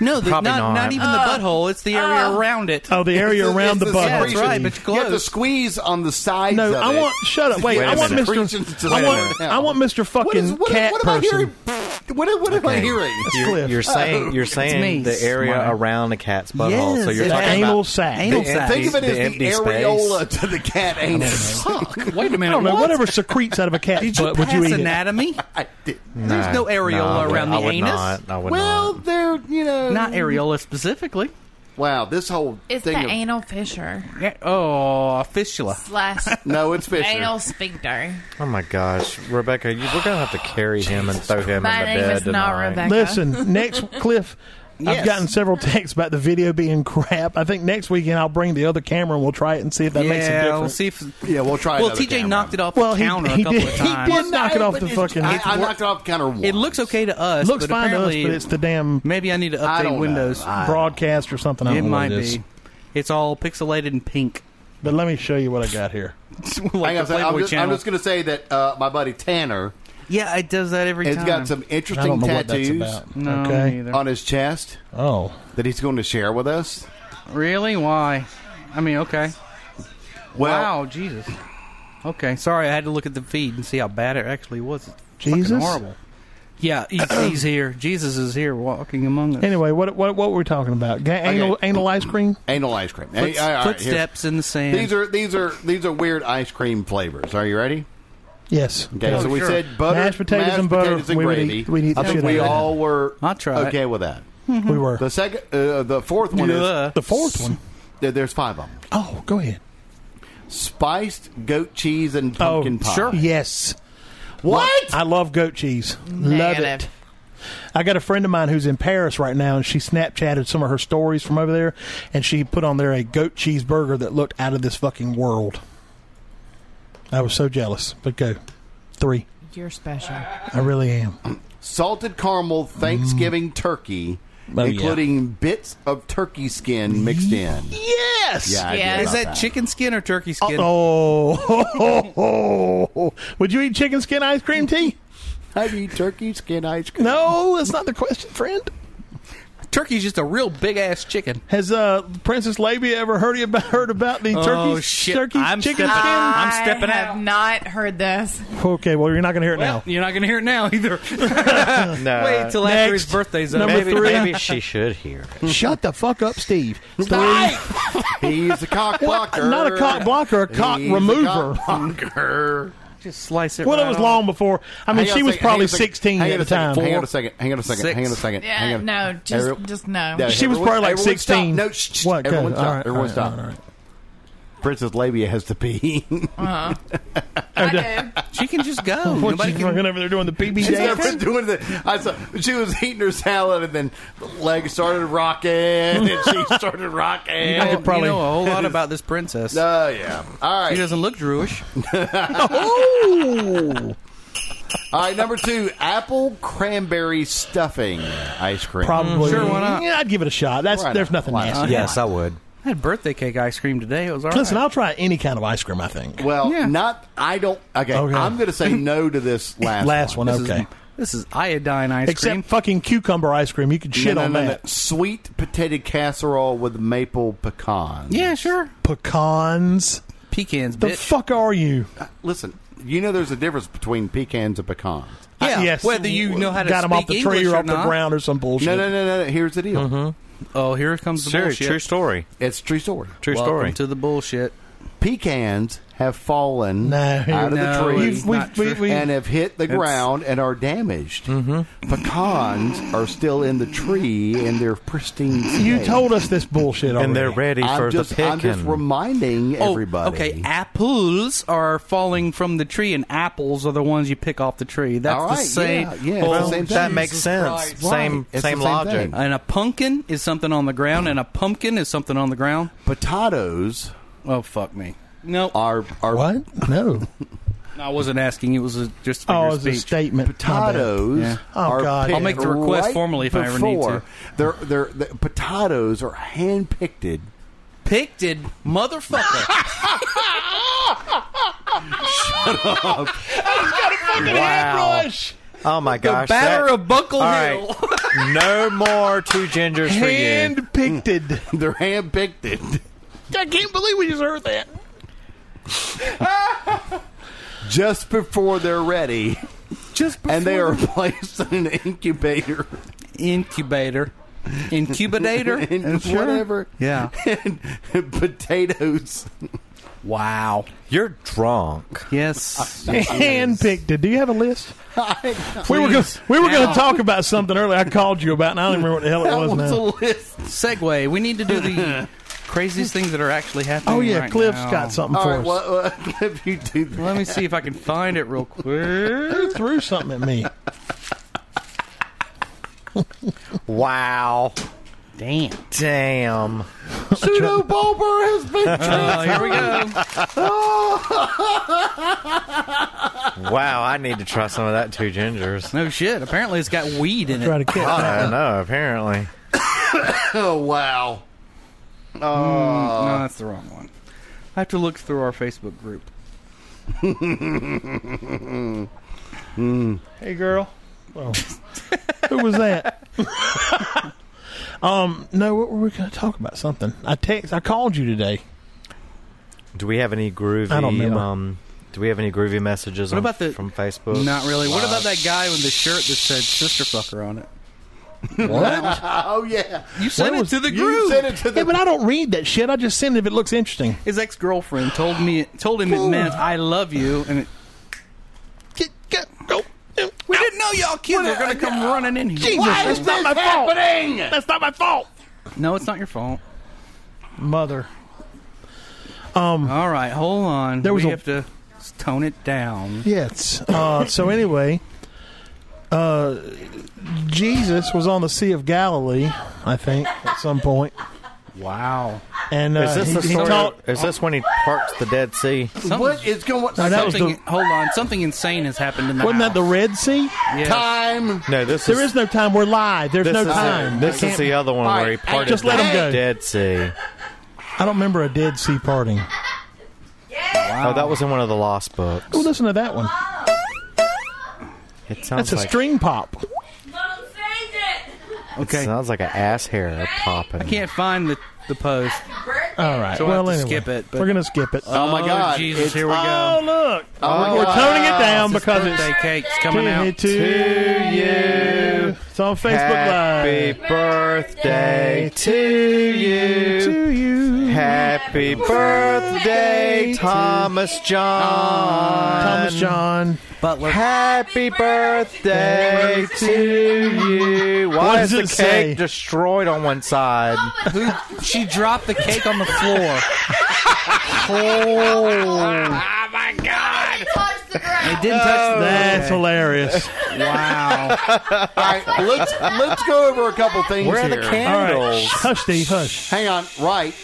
Speaker 1: No, the, not,
Speaker 4: Probably
Speaker 1: not.
Speaker 4: not.
Speaker 1: even the
Speaker 6: Uh,
Speaker 1: butthole. It's the area
Speaker 6: uh.
Speaker 1: around it.
Speaker 3: Oh, the area
Speaker 2: It's
Speaker 3: around the,
Speaker 2: it's
Speaker 3: butthole.
Speaker 1: Yeah, that's
Speaker 2: secretion.
Speaker 1: right, but
Speaker 2: You have to
Speaker 1: close.
Speaker 2: squeeze on the sides
Speaker 3: No,
Speaker 2: of
Speaker 3: I
Speaker 2: it.
Speaker 3: want. Shut up. Wait.
Speaker 4: Wait a
Speaker 3: I want
Speaker 4: minute.
Speaker 2: Preaching
Speaker 3: Mr.
Speaker 2: to
Speaker 3: I want.
Speaker 2: the
Speaker 3: I want Mr.
Speaker 2: What
Speaker 3: Fucking
Speaker 2: is what,
Speaker 3: cat
Speaker 2: what am I
Speaker 3: person.
Speaker 2: hearing? What, what am I
Speaker 4: Okay.
Speaker 2: hearing?
Speaker 4: You're,
Speaker 3: Cliff.
Speaker 4: you're saying you're saying
Speaker 1: me.
Speaker 4: the area
Speaker 1: Smile.
Speaker 4: around the cat's butthole. so
Speaker 1: Yes,
Speaker 4: you're
Speaker 1: it's
Speaker 4: talking
Speaker 3: anal
Speaker 4: about
Speaker 3: sac.
Speaker 4: the
Speaker 1: Anal
Speaker 4: empty-
Speaker 1: sac.
Speaker 2: Think of it
Speaker 4: the
Speaker 2: as the,
Speaker 4: empty space.
Speaker 2: areola to the cat anus.
Speaker 1: Wait a minute.
Speaker 3: I don't know.
Speaker 1: what?
Speaker 3: Whatever secretes out of a cat
Speaker 1: Did you
Speaker 3: butt, would you
Speaker 1: pass
Speaker 3: eat it?
Speaker 1: anatomy?
Speaker 2: I did-
Speaker 1: There's no areola
Speaker 4: I would-
Speaker 1: around
Speaker 4: I
Speaker 1: the
Speaker 4: would
Speaker 1: anus.
Speaker 4: Not, I would
Speaker 2: Well,
Speaker 4: not.
Speaker 2: they're you know
Speaker 1: Not areola specifically.
Speaker 2: Wow, this whole
Speaker 6: It's the
Speaker 2: thing. of,
Speaker 6: anal fissure
Speaker 1: Yeah. Oh, a fistula.
Speaker 6: slash
Speaker 2: No, it's Fisher.
Speaker 6: anal sphincter.
Speaker 4: oh my gosh, Rebecca, you, we're gonna have to carry him and throw him
Speaker 6: My
Speaker 4: in the
Speaker 6: name
Speaker 4: bed
Speaker 6: is not
Speaker 4: tonight.
Speaker 6: Rebecca.
Speaker 3: Listen, next Cliff. I've
Speaker 1: Yes.
Speaker 3: gotten several texts about the video being crap. I think next weekend I'll bring the other camera and we'll try it and see if that
Speaker 1: yeah,
Speaker 3: makes a difference.
Speaker 1: We'll see if.
Speaker 2: Yeah, we'll try.
Speaker 1: Well,
Speaker 2: another
Speaker 1: TJ
Speaker 2: camera.
Speaker 1: knocked it off
Speaker 3: Well,
Speaker 1: the
Speaker 3: he-
Speaker 1: counter
Speaker 3: he
Speaker 1: a couple
Speaker 3: did-
Speaker 1: of
Speaker 3: he
Speaker 1: times.
Speaker 3: did knock it off
Speaker 2: but
Speaker 3: the
Speaker 2: it's-
Speaker 3: fucking-
Speaker 2: I,
Speaker 3: It's
Speaker 2: I
Speaker 3: wor-
Speaker 2: knocked it off the counter once.
Speaker 1: It looks okay to us.
Speaker 3: It looks
Speaker 1: but
Speaker 3: fine to us,
Speaker 1: apparently,
Speaker 3: but it's the damn
Speaker 1: Maybe I need to
Speaker 2: I
Speaker 1: update
Speaker 2: don't know.
Speaker 1: Windows.
Speaker 2: I-
Speaker 3: broadcast or something. I
Speaker 1: it
Speaker 3: don't know what
Speaker 1: might
Speaker 3: it is.
Speaker 1: be. It's all pixelated and pink.
Speaker 3: But let me show you what I got here.
Speaker 1: like
Speaker 2: Hang on a second,
Speaker 1: the
Speaker 2: I'm
Speaker 1: Playboy
Speaker 2: just,
Speaker 1: Channel.
Speaker 2: going to say that uh, my buddy Tanner
Speaker 1: yeah, it does that every
Speaker 2: has
Speaker 1: time.
Speaker 2: got some
Speaker 3: I don't
Speaker 2: interesting
Speaker 3: know
Speaker 2: tattoos
Speaker 3: what that's about.
Speaker 1: No,
Speaker 3: okay.
Speaker 1: neither.
Speaker 2: on his chest
Speaker 3: Oh.
Speaker 2: that he's going to share with us.
Speaker 1: Really? Why? I mean, okay.
Speaker 2: Well,
Speaker 1: wow, Jesus. Okay, sorry. I had to look at the feed and see how bad it actually was. It's fucking
Speaker 3: Jesus?
Speaker 1: horrible. Yeah, he's, he's here. Jesus is here, walking among us.
Speaker 3: Anyway, what what what were we talking about? Ga- Anal, anal ice cream.
Speaker 2: anal ice cream. Hey,
Speaker 1: Foots-
Speaker 2: all right, here's-
Speaker 1: footsteps in the sand.
Speaker 2: These are these are these are weird ice cream flavors. Are you ready?
Speaker 3: Yes.
Speaker 2: Okay,
Speaker 1: Oh,
Speaker 2: so we said butter,
Speaker 3: Mashed potatoes and butter.
Speaker 2: potatoes and
Speaker 3: We would
Speaker 2: gravy.
Speaker 3: eat- we'd eat
Speaker 2: I
Speaker 3: the
Speaker 2: think
Speaker 3: shit
Speaker 2: we
Speaker 3: out of that.
Speaker 2: all were
Speaker 1: I'll try it.
Speaker 2: okay with that.
Speaker 3: we were.
Speaker 2: The second, uh, the fourth one
Speaker 1: Yeah.
Speaker 2: is
Speaker 3: The fourth one.
Speaker 2: there- there's five of them:
Speaker 3: Oh, go ahead.
Speaker 2: spiced goat cheese and pumpkin
Speaker 3: oh,
Speaker 2: pie.
Speaker 3: Yes.
Speaker 2: What?
Speaker 3: I love goat cheese. Love it.
Speaker 6: Negative.
Speaker 3: I got a friend of mine who's in Paris right now, and she Snapchatted some of her stories from over there, and she put on there a goat cheese burger that looked out of this fucking world. I was so jealous, but go three.
Speaker 6: You're special.
Speaker 3: I really am.
Speaker 2: salted caramel Thanksgiving turkey,
Speaker 3: Mm. Oh, yeah.
Speaker 2: including bits of turkey skin mixed in.
Speaker 3: Yes.
Speaker 2: Yeah, I
Speaker 6: Yeah.
Speaker 2: did
Speaker 6: Is
Speaker 1: is
Speaker 2: about
Speaker 1: that chicken skin or turkey skin?
Speaker 3: Oh, would you eat chicken skin ice cream tea?
Speaker 2: I eat turkey skin ice cream.
Speaker 3: No, that's not the question, friend.
Speaker 1: Turkey's just a real big ass chicken.
Speaker 3: Has uh, Princess Labia ever heard about heard about the
Speaker 1: Oh,
Speaker 3: turkey
Speaker 1: shit.
Speaker 3: turkey
Speaker 1: I'm
Speaker 3: chicken
Speaker 1: stepping-
Speaker 3: skin?
Speaker 1: I'm stepping
Speaker 6: I have
Speaker 1: out.
Speaker 6: not heard this.
Speaker 3: Okay, well you're not going to hear it now.
Speaker 1: You're not going to hear it now either.
Speaker 2: Uh,
Speaker 4: No.
Speaker 1: Wait till
Speaker 3: Next.
Speaker 1: after his birthday's up.
Speaker 3: Number
Speaker 4: maybe,
Speaker 3: three.
Speaker 4: maybe she should hear. it.
Speaker 3: Shut the fuck up, Steve.
Speaker 2: He's a cock blocker.
Speaker 3: Not a cock blocker, a cock
Speaker 2: He's a
Speaker 3: remover.
Speaker 2: cock blocker.
Speaker 1: Just slice it.
Speaker 3: Well,
Speaker 1: right
Speaker 3: it was
Speaker 1: off.
Speaker 3: long before. I mean,
Speaker 2: Hang on
Speaker 3: she
Speaker 2: a
Speaker 3: was
Speaker 2: second, hang
Speaker 3: probably
Speaker 2: on a second,
Speaker 3: 16
Speaker 2: hang
Speaker 3: at
Speaker 2: on
Speaker 3: the
Speaker 2: a second,
Speaker 3: time.
Speaker 2: Hang on a second. Hang on a second.
Speaker 1: Six.
Speaker 2: Hang on a second.
Speaker 6: Yeah,
Speaker 2: hang on.
Speaker 6: no, just-
Speaker 2: Everyone-
Speaker 6: just no.
Speaker 2: Yeah,
Speaker 3: She was
Speaker 2: everyone-
Speaker 3: probably like
Speaker 2: everyone stop.
Speaker 3: 16.
Speaker 2: No, shh, shh,
Speaker 3: What? Good.
Speaker 2: Everyone
Speaker 3: All
Speaker 2: stop.
Speaker 3: right,
Speaker 2: Everyone
Speaker 3: all right,
Speaker 2: stop.
Speaker 3: all right.
Speaker 2: Princess Labia has to pee.
Speaker 6: I do.
Speaker 1: She can just go.
Speaker 3: What,
Speaker 1: Nobody
Speaker 3: she's
Speaker 1: can-
Speaker 3: fucking over there doing the PB
Speaker 2: She's never
Speaker 3: dance?
Speaker 2: been doing the. I saw she was eating her salad, and then the leg started rocking, and she started rocking.
Speaker 1: I
Speaker 2: Oh
Speaker 1: could probably
Speaker 3: probably-
Speaker 1: know a whole lot about this princess.
Speaker 2: yeah. All
Speaker 1: She
Speaker 2: right.
Speaker 1: doesn't look Jewish.
Speaker 2: All right. Number two, apple cranberry stuffing ice cream.
Speaker 3: Probably.
Speaker 1: Sure, why not?
Speaker 3: Yeah, I'd give it a shot. That's
Speaker 2: Why
Speaker 3: There's
Speaker 2: not?
Speaker 3: nothing
Speaker 2: Why not?
Speaker 3: nasty.
Speaker 4: Yes, I would.
Speaker 1: I had birthday cake ice cream today. It was all right.
Speaker 3: Listen, I'll try any kind of ice cream, I think.
Speaker 2: Well,
Speaker 1: Yeah.
Speaker 2: not. I don't. Okay.
Speaker 3: Okay.
Speaker 2: I'm going to say no to this last
Speaker 3: Last one,
Speaker 2: one.
Speaker 1: This is-
Speaker 3: okay.
Speaker 1: This is iodine ice
Speaker 3: Except
Speaker 1: cream.
Speaker 3: fucking cucumber ice cream. You could shit
Speaker 2: No, no,
Speaker 3: on
Speaker 2: no, no.
Speaker 3: that.
Speaker 2: Sweet potato casserole with maple pecan.
Speaker 1: Yeah, sure.
Speaker 3: Pecans.
Speaker 1: Pecans,
Speaker 3: The
Speaker 1: bitch. Uh,
Speaker 3: fuck are you?
Speaker 2: Listen, you know there's a difference between pecans and pecans.
Speaker 1: Yeah.
Speaker 3: I- yes.
Speaker 1: Whether you know how to
Speaker 3: Got them off the
Speaker 1: speak
Speaker 3: tree
Speaker 1: English
Speaker 3: or
Speaker 1: or
Speaker 3: off the
Speaker 1: not.
Speaker 3: ground or some bullshit.
Speaker 2: No, no, no, no. no. Here's the deal.
Speaker 1: Oh, here comes the
Speaker 4: Serious,
Speaker 1: bullshit.
Speaker 4: true story.
Speaker 2: It's true story.
Speaker 4: True
Speaker 1: Welcome
Speaker 4: story.
Speaker 1: to the bullshit.
Speaker 2: Pecans have fallen
Speaker 3: No,
Speaker 2: out of
Speaker 1: no,
Speaker 2: the
Speaker 1: it's
Speaker 2: trees
Speaker 3: You've- we-
Speaker 1: not
Speaker 3: we-
Speaker 1: true.
Speaker 3: we-
Speaker 2: and have hit the ground and are damaged. Pecans are still in the tree in their pristine state.
Speaker 3: You told us this bullshit already.
Speaker 4: and they're ready
Speaker 2: I'm
Speaker 4: for
Speaker 2: just,
Speaker 4: the picking.
Speaker 2: I'm just reminding
Speaker 1: Oh,
Speaker 2: everybody.
Speaker 1: okay, apples are falling from the tree, and apples are the ones you pick off the tree. That's
Speaker 2: All
Speaker 1: the
Speaker 2: right,
Speaker 1: same.
Speaker 2: yeah, yeah, it's
Speaker 1: bull-
Speaker 2: the same thing.
Speaker 4: that makes sense. Same
Speaker 2: Right. It's the
Speaker 4: same
Speaker 2: same
Speaker 4: logic.
Speaker 2: thing.
Speaker 1: And a pumpkin is something on the ground, and a pumpkin is something on the ground.
Speaker 2: Potatoes
Speaker 1: Oh, fuck me. No,
Speaker 2: are are
Speaker 3: What? No.
Speaker 1: I wasn't asking. It was a, just a
Speaker 3: Oh,
Speaker 1: figure
Speaker 3: it
Speaker 1: of
Speaker 3: was a
Speaker 1: speech.
Speaker 3: statement. My bad.
Speaker 2: potatoes
Speaker 1: Yeah.
Speaker 3: Oh,
Speaker 2: are
Speaker 3: God. I'll
Speaker 2: picked
Speaker 1: make the request
Speaker 2: right
Speaker 1: formally if I ever need
Speaker 2: before.
Speaker 1: to.
Speaker 2: They're, they're, the potatoes are handpicked.
Speaker 1: Picked it, motherfucker.
Speaker 4: Wow. Oh my
Speaker 1: the
Speaker 4: gosh.
Speaker 1: batter
Speaker 4: that-
Speaker 1: of Buckle
Speaker 4: All
Speaker 1: Hill.
Speaker 4: right. no more two gingers for you.
Speaker 3: Hand-picked.
Speaker 1: Mm.
Speaker 2: They're hand-picked.
Speaker 3: I can't believe we just heard that.
Speaker 2: Just before they're ready. Just And they are placed in an incubator.
Speaker 1: Incubator. Incubator?
Speaker 2: and
Speaker 1: Sure.
Speaker 2: whatever.
Speaker 1: Yeah.
Speaker 2: And potatoes.
Speaker 1: Wow.
Speaker 4: You're drunk.
Speaker 1: Yes.
Speaker 3: Handpicked. Do you have a list? We were gonna,
Speaker 1: Please.
Speaker 3: we were going
Speaker 1: Now.
Speaker 3: to talk about something earlier. I called you about, and I don't even remember what the hell it was now.
Speaker 2: list.
Speaker 1: Segway. We need to do the craziest things that are actually happening.
Speaker 3: Oh yeah,
Speaker 1: right
Speaker 3: Cliff's
Speaker 1: now.
Speaker 3: got something
Speaker 2: All
Speaker 3: for
Speaker 2: right,
Speaker 3: us.
Speaker 2: well, uh, if you do that.
Speaker 1: Let me see if I can find it real quick.
Speaker 3: Who threw something at me?
Speaker 4: Wow.
Speaker 1: Damn.
Speaker 4: Damn.
Speaker 2: Pseudo Bulber has been
Speaker 1: Oh, here we go.
Speaker 4: Wow, I need to try some of that two gingers.
Speaker 1: No shit. Apparently, it's got weed in
Speaker 3: Try
Speaker 1: it.
Speaker 3: to catch. that.
Speaker 4: I know, apparently.
Speaker 2: Oh, wow.
Speaker 1: No, that's the wrong one. I have to look through our Facebook group.
Speaker 3: Hey, girl. Oh. Who was that? um, no, what were we going to talk about? Something. I text. I called you today.
Speaker 4: Do we have any groovy
Speaker 3: I don't remember.
Speaker 4: um do we have any groovy messages
Speaker 1: What
Speaker 4: on-
Speaker 1: about the-
Speaker 4: from Facebook?
Speaker 1: Not really. What about that guy with the shirt that said "sister fucker" on it?
Speaker 2: Oh, yeah.
Speaker 1: You sent it to the
Speaker 2: You
Speaker 1: group.
Speaker 2: sent it to
Speaker 3: Yeah,
Speaker 2: the
Speaker 3: but I don't read that shit. I just send it if it looks interesting.
Speaker 1: His ex girlfriend told me told him it meant "I love you," and it,
Speaker 3: Get, get, go.
Speaker 1: we didn't know y'all kids were going to come running in here.
Speaker 3: Jesus, that's not my fault. That's not my fault.
Speaker 1: No, it's not your fault.
Speaker 3: Mother.
Speaker 1: All right, hold on.
Speaker 3: There was
Speaker 1: we
Speaker 3: a-
Speaker 1: have to s- tone it down.
Speaker 3: Yes. Uh, so anyway, uh, Jesus was on the Sea of Galilee, I think, at some point,
Speaker 1: Wow.
Speaker 3: and uh,
Speaker 4: Is this
Speaker 3: he,
Speaker 4: the
Speaker 3: he
Speaker 4: story?
Speaker 3: taught.
Speaker 4: is this when he parts the Dead Sea?
Speaker 2: What is going
Speaker 3: No, that was
Speaker 1: Something,
Speaker 3: the-
Speaker 1: hold on. Something insane has happened in the
Speaker 3: Wasn't that the
Speaker 1: house.
Speaker 3: Red Sea?
Speaker 1: Yes.
Speaker 2: Time.
Speaker 4: No, this
Speaker 3: There
Speaker 4: is
Speaker 3: is no time. We're live. There's
Speaker 4: this
Speaker 3: no
Speaker 4: is
Speaker 3: time.
Speaker 4: this is the other one
Speaker 2: All
Speaker 4: where he
Speaker 2: right,
Speaker 4: parted
Speaker 3: just
Speaker 4: the
Speaker 3: let him go.
Speaker 4: Dead Sea.
Speaker 3: I don't remember a Dead Sea parting.
Speaker 4: Oh,
Speaker 3: Ah.
Speaker 4: that was in one of the lost books.
Speaker 3: Oh, listen to that one.
Speaker 4: It sounds
Speaker 3: That's a
Speaker 4: like
Speaker 3: string pop.
Speaker 10: Mom saved it.
Speaker 1: Okay.
Speaker 3: uh,
Speaker 4: sounds like an ass hair popping.
Speaker 1: I can't find the, the post.
Speaker 3: All right.
Speaker 1: So I
Speaker 3: well,
Speaker 1: have to
Speaker 3: anyway,
Speaker 1: skip it, but-
Speaker 3: we're gonna skip it.
Speaker 2: Oh, my
Speaker 1: Oh,
Speaker 2: God.
Speaker 1: Jesus,
Speaker 2: It's-
Speaker 1: here we go.
Speaker 3: oh look,
Speaker 2: my
Speaker 3: we're
Speaker 2: God.
Speaker 3: toning it down
Speaker 1: It's his
Speaker 3: because
Speaker 1: birthday
Speaker 3: it's
Speaker 1: cake's coming out.
Speaker 3: to you. It's on Facebook
Speaker 4: Happy
Speaker 3: Live.
Speaker 4: birthday to you.
Speaker 3: To you,
Speaker 4: Happy birthday, Thomas John.
Speaker 3: Thomas John.
Speaker 1: Butler.
Speaker 4: Happy birthday to you. Why
Speaker 3: What does
Speaker 4: is the
Speaker 3: it
Speaker 4: cake
Speaker 3: say?
Speaker 4: destroyed on one side?
Speaker 1: She dropped the cake on the floor.
Speaker 3: Oh.
Speaker 10: Touch the ground.
Speaker 1: It didn't touch the
Speaker 3: That's hilarious.
Speaker 1: Wow.
Speaker 2: All right, let's let's go over a couple things
Speaker 4: Where are the
Speaker 2: here.
Speaker 3: All right,
Speaker 4: candles?
Speaker 3: hush, Steve, hush.
Speaker 2: Hang on, right?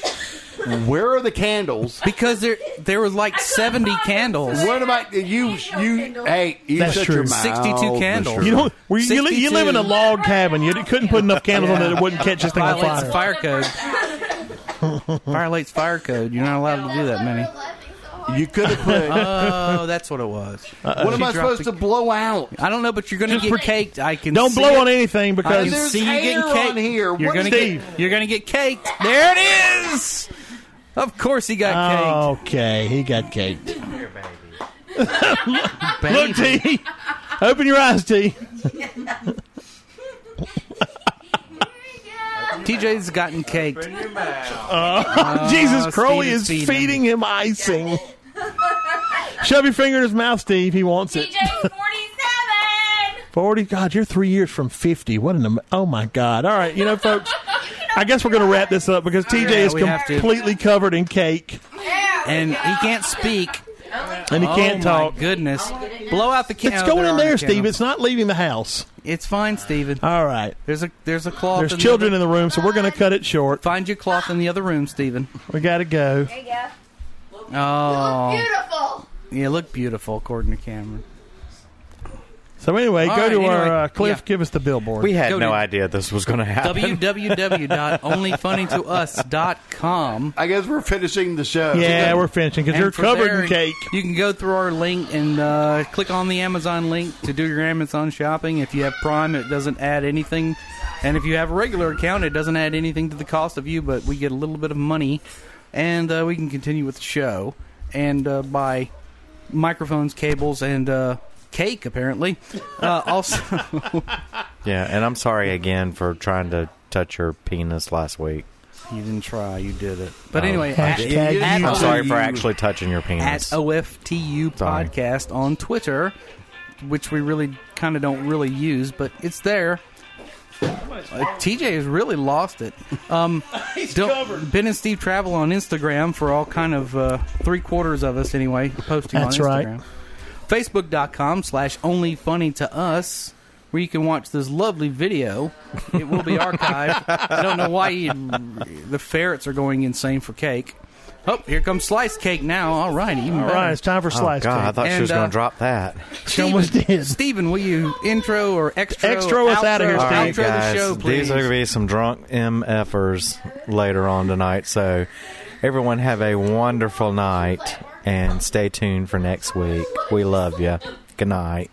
Speaker 2: Where are the candles?
Speaker 1: because there there were like 70 candles.
Speaker 2: What am I? You you? Hey, you
Speaker 3: That's
Speaker 2: shut
Speaker 3: true.
Speaker 2: your mouth.
Speaker 1: 62 candles.
Speaker 2: Mr.
Speaker 3: You don't. Were you, you, li-
Speaker 1: 62.
Speaker 3: you live in a log cabin. You couldn't put enough candles on it; it wouldn't catch this thing on
Speaker 1: Violates
Speaker 3: fire.
Speaker 1: the fire code. Violates fire code. You're not allowed to do that many.
Speaker 2: You could have put.
Speaker 1: Oh, that's what it was.
Speaker 2: what am
Speaker 1: She
Speaker 2: I
Speaker 1: dropped
Speaker 2: supposed
Speaker 1: the-
Speaker 2: to blow out?
Speaker 1: I don't know, but you're going to get caked. I can
Speaker 3: Don't
Speaker 1: see
Speaker 3: blow
Speaker 1: it.
Speaker 3: on anything
Speaker 1: I
Speaker 3: because
Speaker 1: can
Speaker 2: There's
Speaker 1: see you
Speaker 2: air
Speaker 1: getting caked.
Speaker 2: on here.
Speaker 1: You're
Speaker 2: What
Speaker 1: gonna
Speaker 2: is
Speaker 1: get you're gonna get caked. There it is. Of course he
Speaker 3: Oh,
Speaker 1: got
Speaker 3: Okay, he got caked.
Speaker 1: caked.
Speaker 3: Look,
Speaker 1: Baby.
Speaker 3: T, open your eyes, T.
Speaker 1: TJ's gotten caked. Uh,
Speaker 3: Jesus,
Speaker 1: Steve
Speaker 3: Crowley
Speaker 1: is
Speaker 3: is
Speaker 1: feeding
Speaker 3: feeding, him icing. Shove your finger in his mouth, Steve. He wants it.
Speaker 10: TJ's 47.
Speaker 3: Forty. God, you're three years from fifty. What an am- oh my God! All right, you know, folks. I guess we're going to wrap this up because TJ
Speaker 1: Yeah,
Speaker 3: is
Speaker 1: we have to.
Speaker 3: completely covered in cake
Speaker 1: And he can't speak.
Speaker 3: and he
Speaker 1: oh
Speaker 3: can't talk.
Speaker 1: My goodness. Blow out the candle.
Speaker 3: It's going in there, Steve.
Speaker 1: Steven.
Speaker 3: It's not leaving the house.
Speaker 1: It's fine, Steven.
Speaker 3: All right.
Speaker 1: There's a there's a cloth.
Speaker 3: There's
Speaker 1: in
Speaker 3: children
Speaker 1: The
Speaker 3: in
Speaker 1: other,
Speaker 3: the room, so we're going to cut it short.
Speaker 1: find your cloth in the other room, Steven.
Speaker 3: We got to go.
Speaker 10: There you go.
Speaker 1: Oh,
Speaker 10: Beautiful.
Speaker 1: you look beautiful according to Cameron.
Speaker 3: So anyway,
Speaker 1: All
Speaker 3: go
Speaker 1: right,
Speaker 3: to
Speaker 1: anyway,
Speaker 3: our uh, Cliff.
Speaker 1: yeah.
Speaker 3: Give us the billboard.
Speaker 4: We had
Speaker 1: Go
Speaker 4: no
Speaker 1: to-
Speaker 4: idea this was going to happen.
Speaker 1: www.onlyfunnytous.com.
Speaker 2: I guess we're finishing the show.
Speaker 3: Yeah, we're finishing because
Speaker 1: And
Speaker 3: you're
Speaker 1: from
Speaker 3: covered
Speaker 1: there,
Speaker 3: in cake.
Speaker 1: You can go through our link and uh, click on the Amazon link to do your Amazon shopping. If you have Prime, it doesn't add anything, and if you have a regular account, it doesn't add anything to the cost of you. But we get a little bit of money, and uh, we can continue with the show and uh, buy microphones, cables, and uh, cake. Apparently, uh, also.
Speaker 4: yeah, and I'm sorry again for trying to touch your penis last week.
Speaker 1: You didn't try. You did it. But
Speaker 4: Oh.
Speaker 1: anyway, at,
Speaker 4: Hashtag
Speaker 1: at,
Speaker 4: you. I'm sorry for
Speaker 1: OFTU
Speaker 4: actually touching your
Speaker 1: Oh. At
Speaker 4: penis.
Speaker 1: OFTU
Speaker 4: Sorry.
Speaker 1: podcast on Twitter, which we really kind of don't really use, but it's there. Uh, TJ has really lost it. Um, don't- Ben and Steve travel on Instagram for all kind of uh, three quarters of us anyway posting
Speaker 3: That's
Speaker 1: on
Speaker 3: right.
Speaker 1: Instagram. Facebook.com slash only funny to us where you can watch this lovely video. It will be archived. I don't know why you, the ferrets are going insane for cake. Oh, here comes sliced cake now. All right, even
Speaker 3: All
Speaker 1: better.
Speaker 3: right, it's time for slice
Speaker 4: Oh, God, I
Speaker 3: cake.
Speaker 4: thought she
Speaker 1: And,
Speaker 4: was going
Speaker 1: uh,
Speaker 4: to drop that.
Speaker 3: She almost did.
Speaker 1: Steven, will you intro or extra?
Speaker 3: Extra us
Speaker 1: outro,
Speaker 3: outta here,
Speaker 1: outro
Speaker 3: Steve.
Speaker 4: All right,
Speaker 1: the
Speaker 4: guys,
Speaker 1: show, please.
Speaker 4: these are going to be some drunk MFers later on tonight. So, everyone have a wonderful night and stay tuned for next week. We love you. Good night.